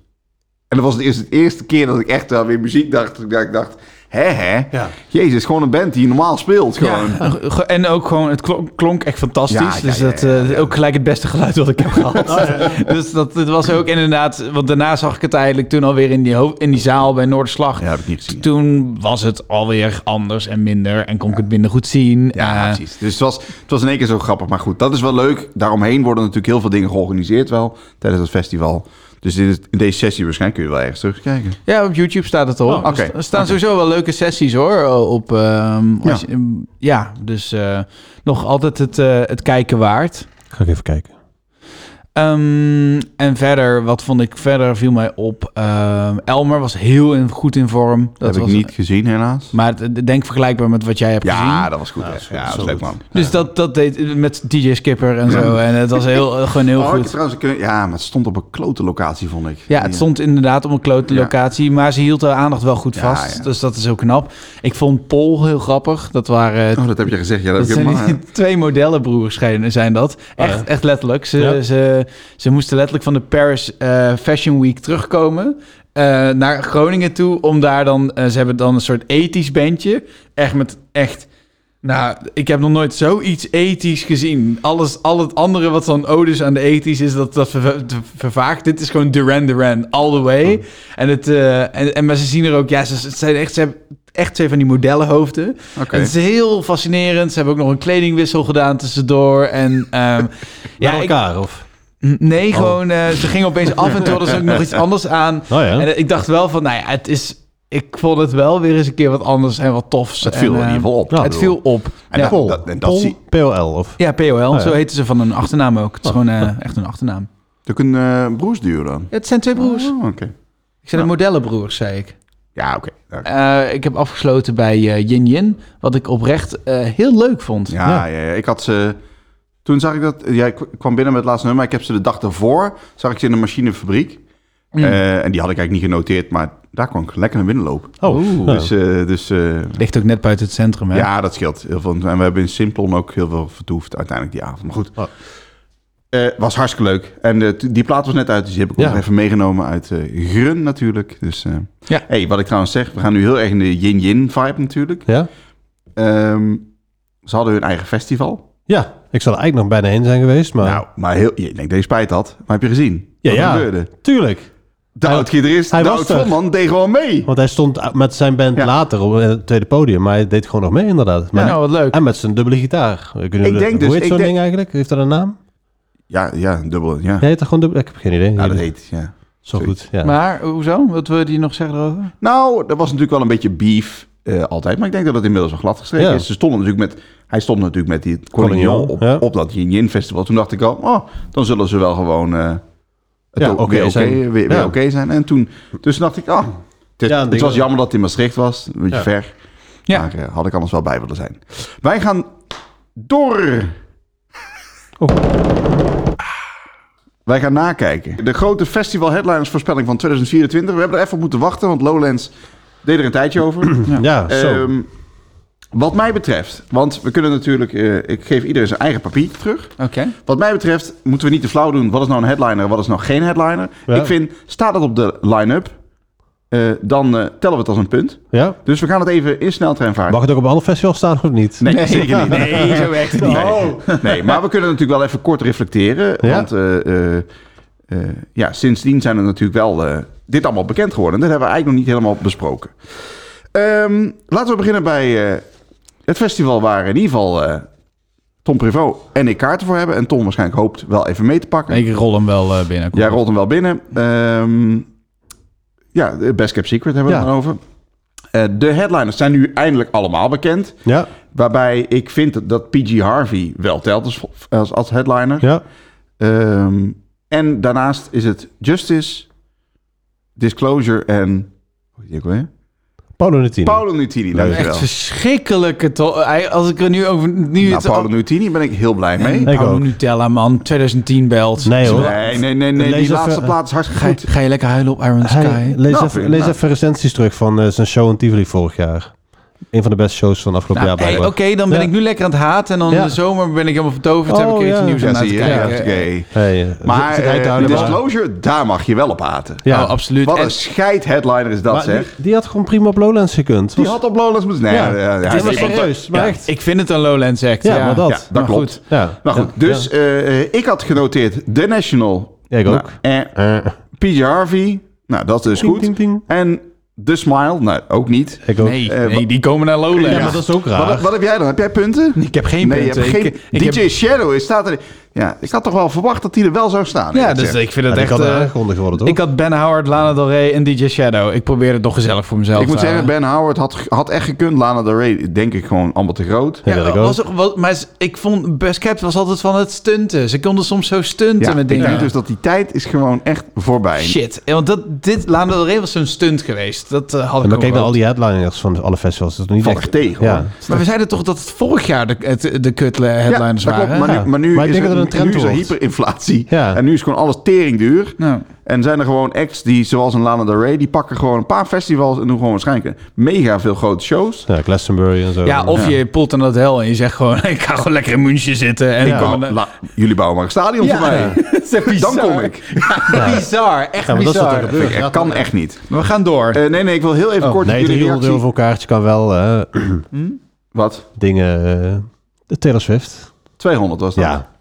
En dat was de eerste, de eerste keer dat ik echt wel weer muziek dacht. Dat ik dacht, hè hè,
Ja.
jezus, gewoon een band die normaal speelt gewoon.
Ja, ge- en ook gewoon, het klonk, klonk echt fantastisch.
Ja, ja,
dus
ja,
dat
ja, Oh,
eh, ook gelijk het beste geluid wat ik heb gehad. Dus dat, dat was ook inderdaad, want daarna zag ik het eigenlijk toen alweer in die, ho- in die zaal bij Noorderslag.
Ja, heb ik niet gezien.
Toen was het alweer anders en minder en kon ik het minder goed zien.
Ja,
Eh,
precies. Dus het was, het was in één keer zo grappig. Maar goed, dat is wel leuk. Daaromheen worden natuurlijk heel veel dingen georganiseerd wel tijdens het festival. Dus dit is, in deze sessie waarschijnlijk kun je wel ergens terugkijken.
Ja, op YouTube staat het al.
dus-
Oh,
oké.
Er staan sowieso wel leuke sessies hoor. Op, ehm, als
Ja.
je- ehm, ja, dus eh, nog altijd het, eh, het kijken waard.
Ga ik even kijken.
Ehm, en verder, wat vond ik verder, viel mij op. Ehm, Elmer was heel in, goed in vorm. Dat
Dat heb
was,
ik niet gezien helaas.
Maar het- denk vergelijkbaar met wat jij hebt gezien.
Ja, dat was goed.
Ja,
hè.
dat is goed,
ja,
dat
dat was
is wel
leuk man.
goed.
Dus dat, dat deed met DJ Skipper en zo. En het was heel, eh, gewoon heel
Oh, ik heb
goed.
trouwens, kunnen- ja, maar het stond op een klote locatie, vond ik.
Ja, het stond inderdaad op een klote
Ja.
locatie, maar ze hield haar aandacht wel goed
Ja,
vast.
ja.
Dus dat is heel knap. Ik vond Pol heel grappig. Dat waren eh,
Oh, dat heb je gezegd. Ja, dat,
Dat
heb ik
zijn
helemaal.
die twee modellenbroers schijnen- zijn dat.
Oh,
Echt,
ja.
echt letterlijk. Ze,
Ja.
ze, ze moesten letterlijk van de Paris eh, Fashion Week terugkomen. eh, naar Groningen toe. Om daar dan... eh, ze hebben dan een soort ethisch bandje. Echt met... Echt, nou, ik heb nog nooit zoiets ethisch gezien. Alles, al het andere wat dan odes aan de ethisch is, dat, dat verva- te- vervaagt. Dit is gewoon Duran Duran, all the way.
Oh.
En, het, eh, en, en maar ze zien er ook, ja, ze, ze zijn echt, ze hebben echt twee van die modellenhoofden.
Oké.
Het is heel fascinerend. Ze hebben ook nog een kledingwissel gedaan tussendoor. En ehm
Ja,
ja, ik-
elkaar, of?
nee,
Oh.
gewoon, eh, ze gingen opeens af en toen hadden ze ook nog iets anders aan.
Nou ja.
En eh, ik dacht wel van, nou ja, het is, ik vond het wel weer eens een keer wat anders en wat tofs.
Het viel
en,
in ieder
eh,
geval op.
ja,
Het viel op.
En
ja.
dat- dat- en dat
Pol-
zie-
POL, of?
Oh, Ja, POL,
ja.
zo heten ze van hun achternaam ook. Het is
Oh.
gewoon eh, echt een achternaam.
Ook een eh broersduo dan.
Het zijn twee broers.
Oh, oké.
Ik zei de modellenbroers, zei ik.
Ja, oké. Ja,
Eh, ik heb afgesloten bij eh Yin Yin, wat ik oprecht eh, heel leuk vond.
Ja, ja, ja. ik had ze Toen zag ik dat, jij kwam binnen met het laatste nummer. Ik heb ze de dag daarvoor, zag ik ze in de machinefabriek. Eh, en die had ik eigenlijk niet genoteerd, maar daar kwam ik lekker naar binnen lopen.
Oh, ja.
Dus, eh, dus eh,
Ligt ook net buiten het centrum, hè?
ja, dat scheelt heel veel. En we hebben in Simplon ook heel veel vertoefd uiteindelijk die avond. Maar goed,
Oh.
Eh, was hartstikke leuk. En eh, t- die plaat was net uit, dus die heb ik
Ja.
nog even meegenomen uit eh Grun natuurlijk. Dus eh,
Ja.
hey, wat ik trouwens zeg, we gaan nu heel erg in de yin-yin vibe natuurlijk.
Ja?
Ehm, ze hadden hun eigen festival.
Ja, ik zou er eigenlijk nog bijna heen zijn geweest, maar...
Nou, maar heel, je denkt dat je spijt had, maar heb je gezien?
ja,
wat er
ja,
gebeurde?
tuurlijk.
De
Hij-
oud-gitarist,
hij
de
was er.
oud-frontman, deed gewoon mee.
Want hij stond met zijn band
Ja.
later op het tweede podium, maar hij deed gewoon nog mee inderdaad. Maar-
Nou, wat leuk.
En met zijn dubbele gitaar. Ik, weet niet
Ik
hoe-
denk
hoe
dus-
heet
ik
zo'n
denk-
ding eigenlijk? Heeft dat een naam?
Ja, ja, dubbel, ja.
Hij heet dat gewoon dubbel? Ik heb geen idee.
Ja, Nou, dat heet, ja.
Zo goed, ja.
Maar eh, hoezo? Wat wil je nog zeggen erover?
Nou, er was natuurlijk wel een beetje beef eh, altijd. Maar ik denk dat het inmiddels wel glad gestreken
Ja.
is. Ze stonden natuurlijk met, hij stond natuurlijk met die
Colin
Collignon
Young,
op,
ja.
op dat Yin Yin Festival. Toen dacht ik al, oh, dan zullen ze wel gewoon eh het
Ja,
ook
oké
weer oké
zijn.
weer, weer
Ja.
oké zijn. En toen dus dacht ik, ah, het,
Ja,
het
denk
was
ik-
jammer dat het in Maastricht was. Een beetje
Ja.
ver.
Ja.
Maar eh, had ik anders wel bij willen zijn. Wij gaan door.
Oh.
Wij gaan nakijken. De grote festival headliners voorspelling van 2024. We hebben er even op moeten wachten, want Lowlands deed er een tijdje over.
Ja, zo.
Ehm, wat mij betreft, want we kunnen natuurlijk, eh, ik geef iedereen zijn eigen papiertje terug.
Oké.
Wat mij betreft moeten we niet te flauw doen. Wat is nou een headliner, wat is nou geen headliner?
Ja.
Ik vind, staat dat op de line-up, eh, dan eh, tellen we het als een punt.
ja?
Dus we gaan het even in sneltreinvaart.
Mag het ook op een ander festival staan of niet?
Nee, zeker niet. Nee.
Nee, zo werkt het niet. Oh.
Nee. Nee, maar we kunnen natuurlijk wel even kort reflecteren.
Ja.
Want eh, eh, eh, ja, sindsdien zijn er natuurlijk wel eh, dit allemaal bekend geworden. Dat hebben we eigenlijk nog niet helemaal besproken. Ehm, laten we beginnen bij eh, het festival waar in ieder geval eh, Tom Prevot en ik kaarten voor hebben. En Tom waarschijnlijk hoopt wel even mee te pakken.
Ik rol hem wel eh, binnen.
Jij rolt hem wel binnen. Ehm, ja, de Best Kept Secret hebben we
Ja.
het dan over. Eh, de headliners zijn nu eindelijk allemaal bekend.
Ja,
Waarbij ik vind dat, dat PG Harvey wel telt als, als, als headliner.
ja.
Ehm, en daarnaast is het Justice, Disclosure en... Hoe heet die ook alweer?
Paolo Nutini.
Paolo Nutini, dankjewel.
Echt verschrikkelijke... to- Hij- Als ik er nu over... Nu
Nou,
het Oh,
Paolo Nutini ben ik heel blij mee.
Ik
Paolo
ook.
Nutella, man. 2010 belt.
Nee hoor.
Nee, nee, nee, nee.
Lees
Die
even-
laatste plaat is hartstikke
Ga je,
goed.
ga je lekker huilen op Iron Sky?
Hij, lees
Nou,
even,
vind-
lees
nou.
even recensies terug van eh, zijn show in Tivoli vorig jaar. Een van de beste shows van afgelopen
Nou,
jaar
hey, Oké,
blijkbaar.
dan ben
Ja.
ik nu lekker aan het haten. En dan
Ja.
in de zomer ben ik helemaal vertoverd. heb
Oh,
ik even
ja.
nieuws
Ja,
aan het
zie je.
kijken.
Ja, oké.
Hey, eh,
Maar
zit hij te
eh,
huilen, maar-
Disclosure, daar mag je wel op haten.
Ja,
Ja.
oh, absoluut.
Wat
En
een scheid headliner is dat,
Maar die,
zeg.
die had gewoon prima op Lowlands gekund.
Die
Was-
had op Lowlands moeten... Nee,
Ja.
ja, ja,
Dit
ja,
was
ik-
serieus, maar
ja.
echt.
Ik vind het een Lowlands act.
Ja, maar dat.
Ja, dat
Maar
klopt.
goed.
Ja.
Nou goed, dus eh, eh, ik had genoteerd The National.
Ja, ik ook.
Nou, eh,
Eh,
PJ Harvey. Nou, dat is dus
Ding,
goed.
ding, ding.
En The Smile. Nou, ook niet.
ik ook.
Nee,
Eh,
nee, die komen naar Lowlands.
Ja, maar dat is ook raar.
Wat, wat heb jij dan? Heb jij punten?
Ik heb geen
nee, je
punten.
hebt geen...
Ik- ik
DJ Shadow is staat er... Ja, ik had toch wel verwacht dat hij er wel zou staan.
Ja,
eerlijk
dus
gezegd.
ik vind
Ja,
het
die
echt...
kan er
eh,
aangekondigd worden, toch?
ik had Ben Howard, Lana Del Rey en DJ Shadow. Ik probeerde het nog gezellig voor mezelf eh,
Ik moet
te
zeggen,
houden.
Ben Howard had, had echt gekund. Lana Del Rey denk ik gewoon allemaal te groot.
Ja, dat ik ook.
eh, was, ook- was, maar ik vond Best Kept was altijd van het stunten. Ze konden soms zo stunten
Ja,
met
ik
dingen.
denk dus dat die tijd is gewoon echt voorbij.
Shit. Ja, Want dat, dit, Lana Del Rey was zo'n stunt geweest. Dat eh, had ik
maar
ook
kijk naar
wel.
al die headliners van alle festivals. Dat is niet
Valt
echt...
echt tegen,
ja.
hoor.
Maar we zeiden toch dat het vorig jaar de, het, de kutle headliners
ja, dat
waren?
klopt, maar
Ja.
nu, maar nu
Maar ik
is er,
denk dat er een trend
nu is er
wordt.
hyperinflatie.
Ja.
En nu is gewoon alles teringduur.
Nou,
En zijn er gewoon acts die, zoals een Lana Del Rey... die pakken gewoon een paar festivals en doen gewoon waarschijnlijk mega veel grote shows.
Ja, Glastonbury en zo.
ja, of je poelt aan dat hel en je zegt gewoon... ik ga gewoon lekker in München zitten. En
Ik
gewoon,
wou,
eh,
la- jullie bouwen maar een stadion
Ja.
voor mij.
dat is echt bizar.
Dan kom ik.
Ja, Bizar, echt
Ja, maar dat is wat er
bizar.
gebeurt.
Dat kan echt niet.
Maar we gaan door.
Eh, nee, nee, ik wil heel even kort
Oh, Nee,
jullie
300
reactie...
euro voor een kaartje kan wel eh,
Wat?
dingen... eh, de Taylor Swift.
200 was dat. Ah,
Ja.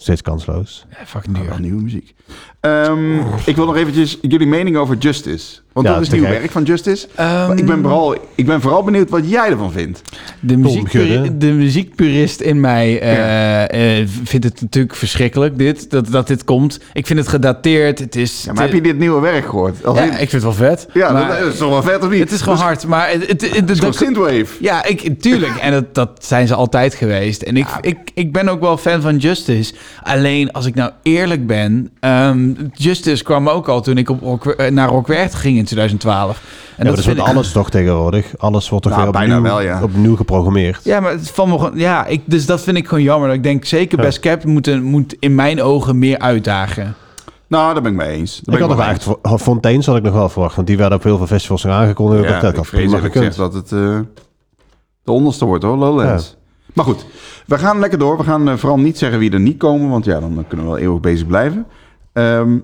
Steeds kansloos.
Eh, fuck nu.
Wel nieuwe muziek. Ehm, ik wil nog eventjes jullie mening over Justice. Want
Ja,
dat is
te
nieuw
gek.
werk van Justice.
Ehm,
Maar ik, ben vooral, ik ben vooral benieuwd wat jij ervan vindt.
De, muziekpuri-
Gudde.
de muziekpurist in mij eh, eh, vindt het natuurlijk verschrikkelijk dit, dat, dat dit komt. Ik vind het gedateerd. Het is,
Ja, maar heb je dit nieuwe werk gehoord? Als
ja,
in-
ik vind het wel vet.
Ja,
maar
dat is toch wel vet of niet?
het is gewoon
Dus-
hard. Maar het, het, het,
Het is
dat-
gewoon synthwave.
ja, ik, tuurlijk. En dat, dat zijn ze altijd geweest. En ik, ik, ik ben ook wel fan van Justice. Alleen, als ik nou eerlijk ben... ehm, ehm, Justice kwam ook al toen ik op Rock, eh, naar Rockwerth ging in 2012. En
En dat,
vind
wordt
ik-
alles toch tegenwoordig. Alles wordt toch
Nou,
weer
bijna
opnieuw,
wel, ja.
opnieuw geprogrammeerd.
Ja, maar het valt me gewoon... Ja, ik, dus dat vind ik gewoon jammer. Ik denk zeker Best Cap moet, moet in mijn ogen meer uitdagen.
Nou, daar ben ik mee eens. Daar
ik
ben
had nog
wel mee
echt Fontaines had ik nog wel verwacht, want die werden op heel veel festivals nog aangekondigd.
eens.
Ja, dat
ik
had
vrees
prima
eerlijk gezegd
gekund.
dat het eh, de onderste wordt hoor, Lowlands. Maar goed, we gaan lekker door. We gaan eh, vooral niet zeggen wie er niet komen, want ja, dan eh, kunnen we wel eeuwig bezig blijven. Ehm,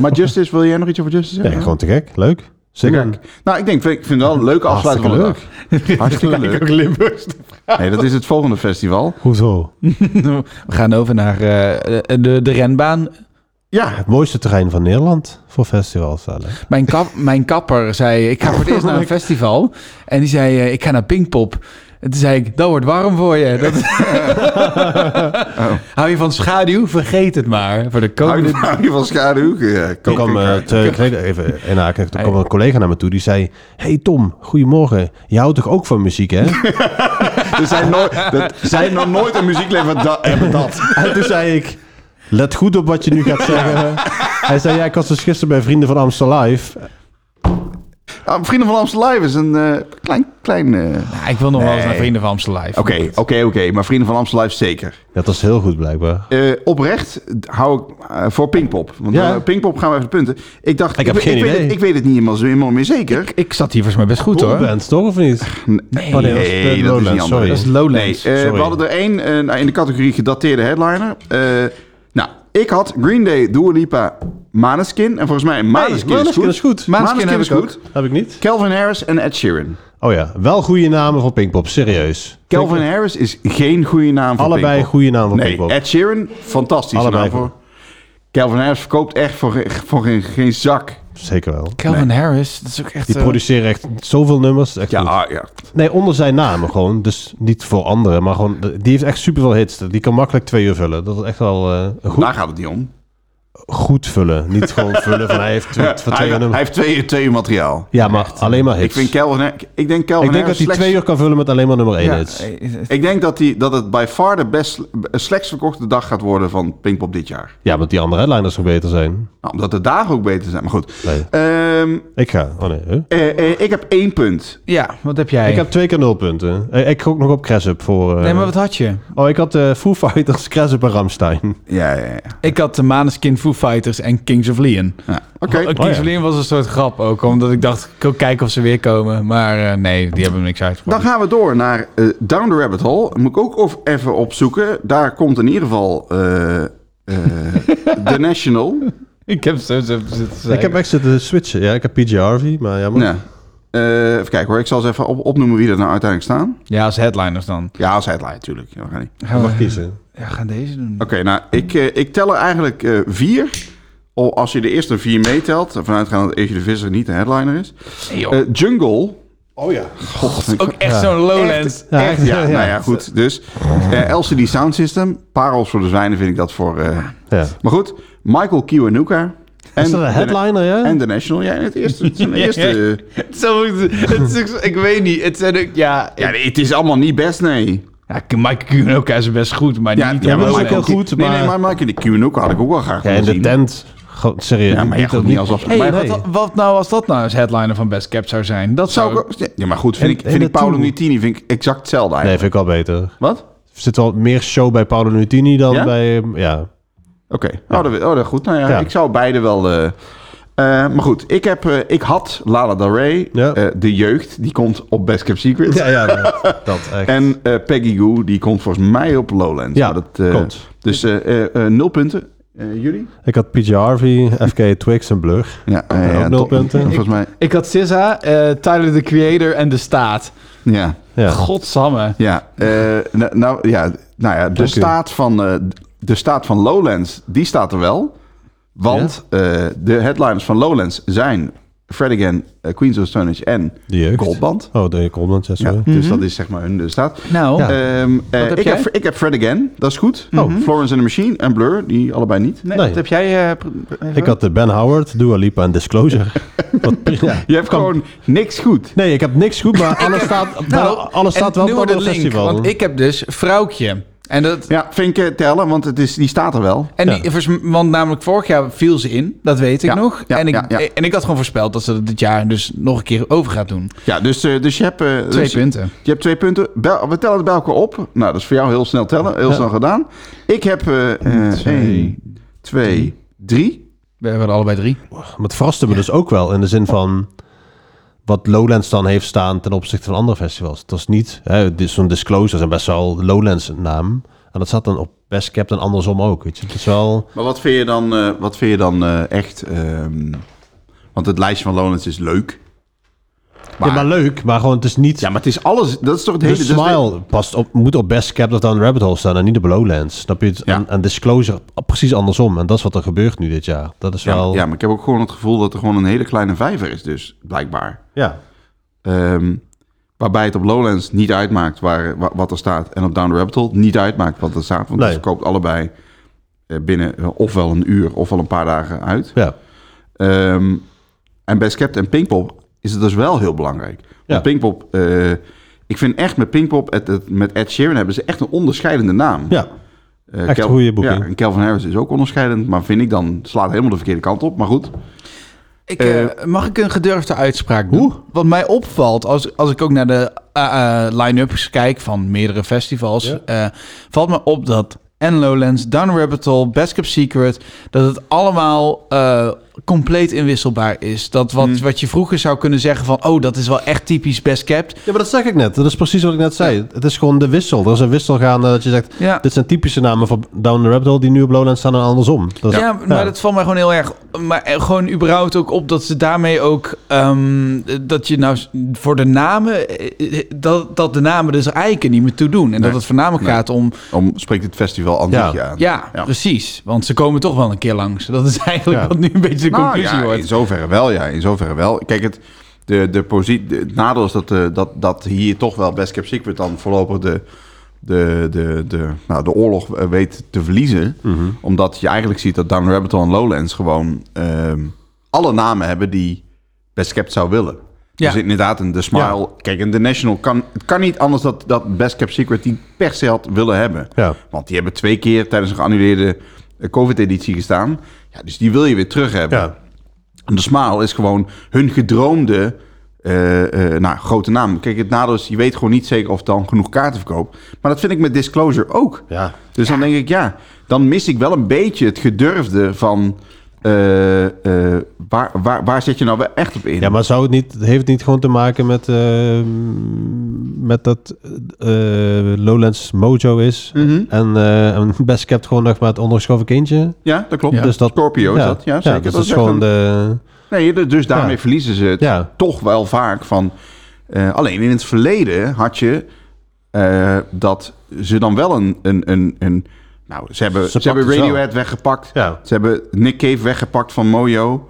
maar Justice, wil jij nog iets over Justice
Nee,
zeggen?
gewoon te gek. Leuk. Zeker.
Kijk. Nou, ik denk, ik vind het wel een leuke afsluiting van de dag.
Hartstikke
Hartstikke leuk.
Limburg.
Nee, dat is het volgende festival.
Hoezo?
We gaan over naar eh, de, de renbaan.
Ja,
Het mooiste terrein van Nederland voor festivals. eigenlijk.
Mijn, kap, mijn kapper zei, ik ga voor het eerst naar een festival. En die zei, eh, ik ga naar Pinkpop. En toen zei ik, dat wordt warm voor je. Dat... Hou je van schaduw? Vergeet het maar. Voor de
hou je,
komende...
hou je van schaduw? Ja,
Toen
kook
kwam,
ik
eh,
uit.
te, kreeg- even inhaken, toen kwam een collega naar me toe die zei... Hey Tom, goedemorgen. Je houdt toch ook van muziek, hè?
Er zijn, nooit, dat, zijn nog nooit een muziekleven dat, hebben dat.
En toen zei ik, let goed op wat je nu gaat zeggen. Hij zei, ja, ik was dus gisteren bij Vrienden van Amstel Live.
Ah, Vrienden van Amstel Live is een eh, klein... klein eh,
Ja, Ah, ik wil nog wel eens naar
Nee.
Vrienden van Amstel Live.
Oké, oké, oké. Maar Vrienden van Amstel Live zeker.
Dat was heel goed, blijkbaar.
Eh, oprecht hou ik eh, voor Pinkpop. Want
Ja.
eh, Pinkpop gaan we even de punten. Ik dacht,
heb
weet-
geen
weet
idee.
het- ik weet het niet helemaal, zo- helemaal meer zeker.
Ik zat hier volgens mij best goed
Cool
hoor.
band, toch? Of niet?
Nee.
Oh, nee, dat is
Nee,
de
dat is niet
Lowlands,
anders.
sorry.
Dat is Lowlands.
Nee, eh, we
Sorry.
hadden er één eh, nou, in de categorie gedateerde headliner. Eh, nou, ik had Green Day, Dua Lipa, Maneskin. En volgens mij Maneskin,
Maneskin
is
is
goed.
goed.
Maneskin,
heb
is
ik
goed.
Heb ik niet.
Calvin Harris en Ed Sheeran.
Oh ja, wel goede namen voor Pinkpop, serieus.
Calvin Harris is geen goede naam voor
Allebei
Pinkpop.
goede naam voor
nee,
Pinkpop.
Ed Sheeran, fantastische
Allebei
naam voor. Calvin Harris verkoopt echt voor, ge- voor geen, geen zak.
Zeker wel.
Calvin Harris, dat is ook echt...
Die
eh,
produceren echt zoveel nummers. Echt
Ja,
goed.
ah, ja.
Nee, onder zijn namen gewoon. Dus niet voor anderen, maar gewoon... Die heeft echt superveel hits. Die kan makkelijk twee uur vullen. Dat is echt wel eh, een goed,
daar gaat het niet om.
goed vullen. Niet gewoon vullen van hij heeft tw-
Nou. Ja,
van twee
hij,
uur
hij
nummers.
heeft twee, twee uur materiaal.
Ja, maar alleen maar hits.
Ik, vind Calvin, Har- ik denk Calvin
Ik denk dat
Harris
hij
slechts-
twee uur kan vullen met alleen maar nummer één
ja,
hits.
eh, eh,
Ik denk dat, die, dat het by far de best, slechts verkochte dag gaat worden van Pinkpop dit jaar.
Ja, want die andere headliners nog beter zijn.
Nou, omdat de dagen ook beter zijn. Maar goed.
Nee.
Ehm,
Ik ga... Oh nee, huh?
eh, eh, ik heb één punt.
Ja, wat heb jij?
Ik heb twee keer nul punten. Eh, Ik gok nog op Crash Up voor... eh,
Nee, maar wat had je?
Oh, ik had eh Foo Fighters, Crash Up en Ramstein.
Ja, ja, ja.
Ik had de Maneskin, Foo Fighters en Kings of Leon.
Ja, Oké.
Oh, Kings
Oh, ja.
of Leon was een soort grap ook, omdat ik dacht, ik wil kijken of ze weer komen. Maar eh, nee, die hebben niks
Dan
uitgebracht.
gaan we door naar eh, Down the Rabbit Hole. Moet ik ook of even opzoeken. Daar komt in ieder geval eh, eh, The National.
Ik heb zo zo zitten
Ik heb echt zitten switchen. Ja, ik heb PJ Harvey, maar ja, maar...
Ja. Eh, even kijken hoor. Ik zal eens even op- opnoemen wie er nou uiteindelijk staan.
Ja, als headliners dan.
Ja, als headline natuurlijk. Ja, we gaan niet.
Je
Gaan
mag
we
kiezen.
ja, gaan deze doen.
Oké, nou, ik, eh, ik tel er eigenlijk eh, vier. Al als je de eerste vier meetelt, ervan uitgaan dat Eetje de Visser niet de headliner is.
Nee, joh.
Eh, Jungle.
Oh ja.
God, ik-
ook echt zo'n Lowlands.
Ja,
echt, ja, nou ja, goed. Dus eh, LCD Sound System. Parels voor de zwijnen vind ik dat voor... eh,
Ja.
Maar goed, Michael Kiwanuka. En
Is dat een headliner, ja?
En The National, ja, in het eerste. Het is een eerste eh,
Het is ook- het is ook- ik weet niet. Het zijn ook, ja,
eh, ja, nee, het is allemaal niet best, nee.
ja, Mike Kunoka is best goed, maar niet.
ja, maar
heel
ook
slecht.
heel goed,
Nee, nee,
maar-
maar Michael Kiwanuka had ik ook wel graag
Ja, in
willen
de
zien.
tent. Gewoon serieus.
Ja, maar ja,
Niet-
goed, niet alsof...
Hey,
maar-
nee.
wat, wat nou als dat nou eens headliner van Best Cap zou zijn? Dat
Zou
zou,
ik ook- ja, maar goed, vind
En-
ik,
en
vind ik
naartoe.
Paolo Nutini vind ik exact hetzelfde
Nee,
eigenlijk.
vind ik wel beter.
Wat?
Er zit wel meer show bij Paolo Nutini dan
Ja?
bij... eh, Ja.
Oké, oh, dat, oh, dat goed. Nou ja,
Ja.
ik zou beide wel... eh, eh, maar goed, ik, heb, eh, ik had Lala Del Rey,
Ja.
eh, de jeugd, die komt op Best Kept Secret.
Ja, ja, dat, dat echt.
En eh, Peggy Goo, die komt volgens mij op Lowlands.
Ja,
Maar dat, eh,
klopt.
Dus eh, eh, eh, nul punten. Eh, jullie?
Ik had PJ Harvey, FK Twigs en Blur.
Ja, eh,
ook
ja,
nul
toch.
punten.
Volgens mij,
Ik had SZA, eh, Tyler, the Creator en De Staat.
ja.
Ja.
Godsamme.
ja. Eh, nou, nou, ja, nou ja, de
Dank u.
staat, van, eh, de staat van Lowlands, die staat er wel. Want eh, de headliners van Lowlands zijn Fred Again, eh, Queens of Stone Age en
De jeugd. Mhm.
Goldband.
Oh, de Goldband, ja,
Ja,
sorry.
Dus dat is zeg maar hun de staat.
Nou,
Ja.
Ehm, eh,
heb
ik,
jij?
heb, ik heb Fred Again, dat is goed.
Oh.
Mhm. Florence and the Machine en Blur, die allebei niet.
nee,
Nee.
wat heb jij... eh, pr- even?
Ik had de Ben Howard, Dua Lipa en Disclosure. Wat prima.
Je hebt
Kan-
gewoon niks goed.
Nee, ik heb niks goed, maar alles staat,
Nou,
alles staat
en
wel
nu
op
wordt
het andere
het link,
festival.
Want ik heb dus Vrouwtje. En, dat,
Ja, vinken tellen, want het is, die staat er wel.
en
Ja.
die, vers- want namelijk vorig jaar viel ze in, dat weet ik
Ja,
nog.
ja,
en, ik,
ja, ja.
en ik had gewoon voorspeld dat ze dat dit jaar dus nog een keer over gaat doen.
Ja, dus, eh, dus je hebt... eh,
Twee
dus-
punten.
Je hebt twee punten. Bel- we tellen het bij elkaar op. Nou, dat is voor jou heel snel tellen. Heel
Ja.
snel gedaan. Ik heb eh, 1, 2, 3.
We hebben er allebei drie.
Maar het verraste me dus ook wel in de zin van wat Lowlands dan heeft staan ten opzichte van andere festivals. Het was niet, hè, dit- zo'n Disclosure zijn best wel Lowlands een naam. En dat zat dan op Best Kept en andersom ook, weet je. Het is wel,
Maar wat vind je dan, eh, wat vind je dan eh, echt... ehm, want het lijstje van Lowlands is leuk. Maar,
ja, maar leuk, maar gewoon het is niet...
ja, maar het is alles... Dat is toch het
de
hele... dat is-
Smile past op, moet op Best Kept of Down the Rabbit Hole staan en niet op Lowlands. Snap je? het?
Ja.
En, en Disclosure precies andersom. En dat is wat er gebeurt nu dit jaar. Dat is
ja,
wel...
maar- ja, maar ik heb ook gewoon het gevoel dat er gewoon een hele kleine vijver is dus, blijkbaar.
ja.
Ehm, waarbij het op Lowlands niet uitmaakt waar, wa- wat er staat. En op Down the Rabbit Hole niet uitmaakt wat er staat. Want het
Nee.
verkoopt allebei eh, binnen eh, ofwel een uur ofwel een paar dagen uit.
ja.
Ehm, en bij Skept en Pinkpop is het dus wel heel belangrijk.
Ja.
Want Pinkpop, eh, ik vind echt met Pinkpop, het, het- met Ed Sheeran hebben ze echt een onderscheidende naam.
Ja.
Eh,
echt
Kel-
goede boeking.
Ja, en Calvin Harris is ook onderscheidend, maar vind ik dan slaat helemaal de verkeerde kant op. Maar goed,
Ik, eh, mag ik een gedurfde uitspraak doen? Wat mij opvalt, als, als ik ook naar de eh, eh, line-ups kijk van meerdere festivals, eh, valt me op dat en Lowlands, Down the Rabbit Hole, Best Kept Secret, dat het allemaal eh, compleet inwisselbaar is. Dat wat, wat je vroeger zou kunnen zeggen van, oh, dat is wel echt typisch Best Kept.
Ja, maar dat zeg ik net. Dat is precies wat ik net zei. Het is gewoon de wissel. Er is een wissel gaande dat je zegt...
Ja.
Dit zijn typische namen van Down the Rabbit Hole die nu op Lowlands staan en andersom. Dat is-
Ja, maar dat valt mij gewoon heel erg. Maar eh, gewoon überhaupt ook op dat ze daarmee ook. ehm, dat je nou s- voor de namen. eh, eh, Dat, dat de namen dus er eigenlijk niet meer toe doen. En dat
Nee.
het voornamelijk
Nee.
gaat om.
om spreekt het festival aan
Ja.
zich aan.
Ja,
Ja.
precies. Want ze komen toch wel een keer langs. Dat is eigenlijk
Ja.
wat nu een beetje de conclusie
Nou ja, In
wordt.
zoverre wel, ja. In zoverre wel. Kijk, het, de, de posi- de- het nadeel is dat, eh, dat, dat hier toch wel Best Kept Secret dan voorlopig de, de, de, de, nou, de oorlog eh, weet te verliezen.
Mhm.
Omdat je eigenlijk ziet dat Down the Rabbit Hole en Lowlands gewoon ehm, alle namen hebben die Best Kept zou willen.
Ja.
Dus inderdaad, een The Smile... Kijk, een The National kan... Het kan niet anders dat, dat Best Kept Secret die per se had willen hebben.
Ja.
Want die hebben twee keer tijdens een geannuleerde eh, COVID-editie gestaan. Ja, dus die wil je weer terug hebben.
Ja.
En de Smile is gewoon hun gedroomde eh, eh, nou, grote naam. Kijk, het nadeel is, je weet gewoon niet zeker of het dan genoeg kaarten verkoopt. Maar dat vind ik met Disclosure ook.
Ja.
Dus dan denk ik, ja, dan mis ik wel een beetje het gedurfde van... eh, eh, waar, waar, waar zet je nou wel echt op in?
Ja, maar zou het niet, heeft het niet gewoon te maken met, eh, met dat eh, Lowlands Mojo is
Mhm.
en, eh, en Best Kept gewoon nog maar het ondergeschoven kindje?
Ja, dat klopt.
Dus dat,
Scorpio is dat. Ja, zeker.
dus dat, is
echt
gewoon
een-
de...
Nee, d- dus daarmee
Ja.
verliezen ze het
Ja.
toch wel vaak van. eh, alleen in het verleden had je eh, dat ze dan wel een. een, een, een nou, ze hebben,
Ze
ze hebben
pakten ze
Radiohead weggepakt.
Ja.
Ze hebben Nick Cave weggepakt van Mojo.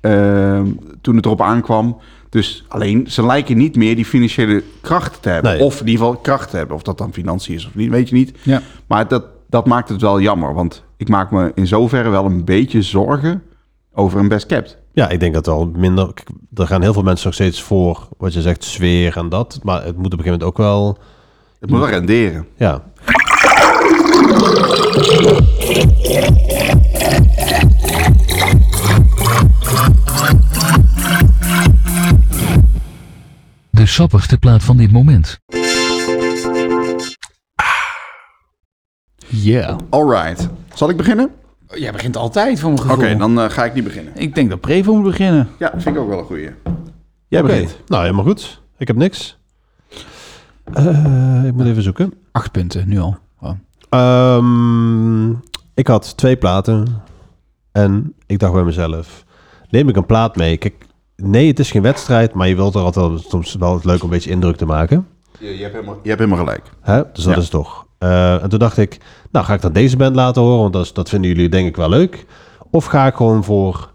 eh, toen het erop aankwam. Dus alleen ze lijken niet meer die financiële kracht te hebben.
Nee.
Of in ieder geval kracht te hebben. Of dat dan financiën is of niet, weet je niet.
Ja.
Maar dat, dat maakt het wel jammer. Want ik maak me in zoverre wel een beetje zorgen over een best kept.
Ja, ik denk dat wel minder... kijk, Er gaan heel veel mensen nog steeds voor wat je zegt, sfeer en dat. Maar het moet op een gegeven moment ook wel...
Het moet wel renderen.
Ja,
De sappigste plaat van dit moment.
Ja.
Alright. Zal ik beginnen? Oké,
Jij begint altijd voor mijn gevoel.
dan eh, ga ik niet beginnen.
Ik denk dat Prevo moet beginnen.
Ja, vind ik ook wel een goeie. Jij
Oké,
begint.
nou helemaal goed. Ik heb niks. Eh, ik moet even zoeken.
Acht punten nu al. Wow.
Ehm, ik had twee platen. En ik dacht bij mezelf, neem ik een plaat mee? Kijk, nee, het is geen wedstrijd, maar je wilt er altijd wel- soms wel het leuk om een beetje indruk te maken.
Je, je hebt helemaal, je hebt helemaal gelijk.
Hè? Dus dat
Ja.
is het toch. Eh, en toen dacht ik, nou ga ik dan deze band laten horen, want dat, is- dat vinden jullie denk ik wel leuk. Of ga ik gewoon voor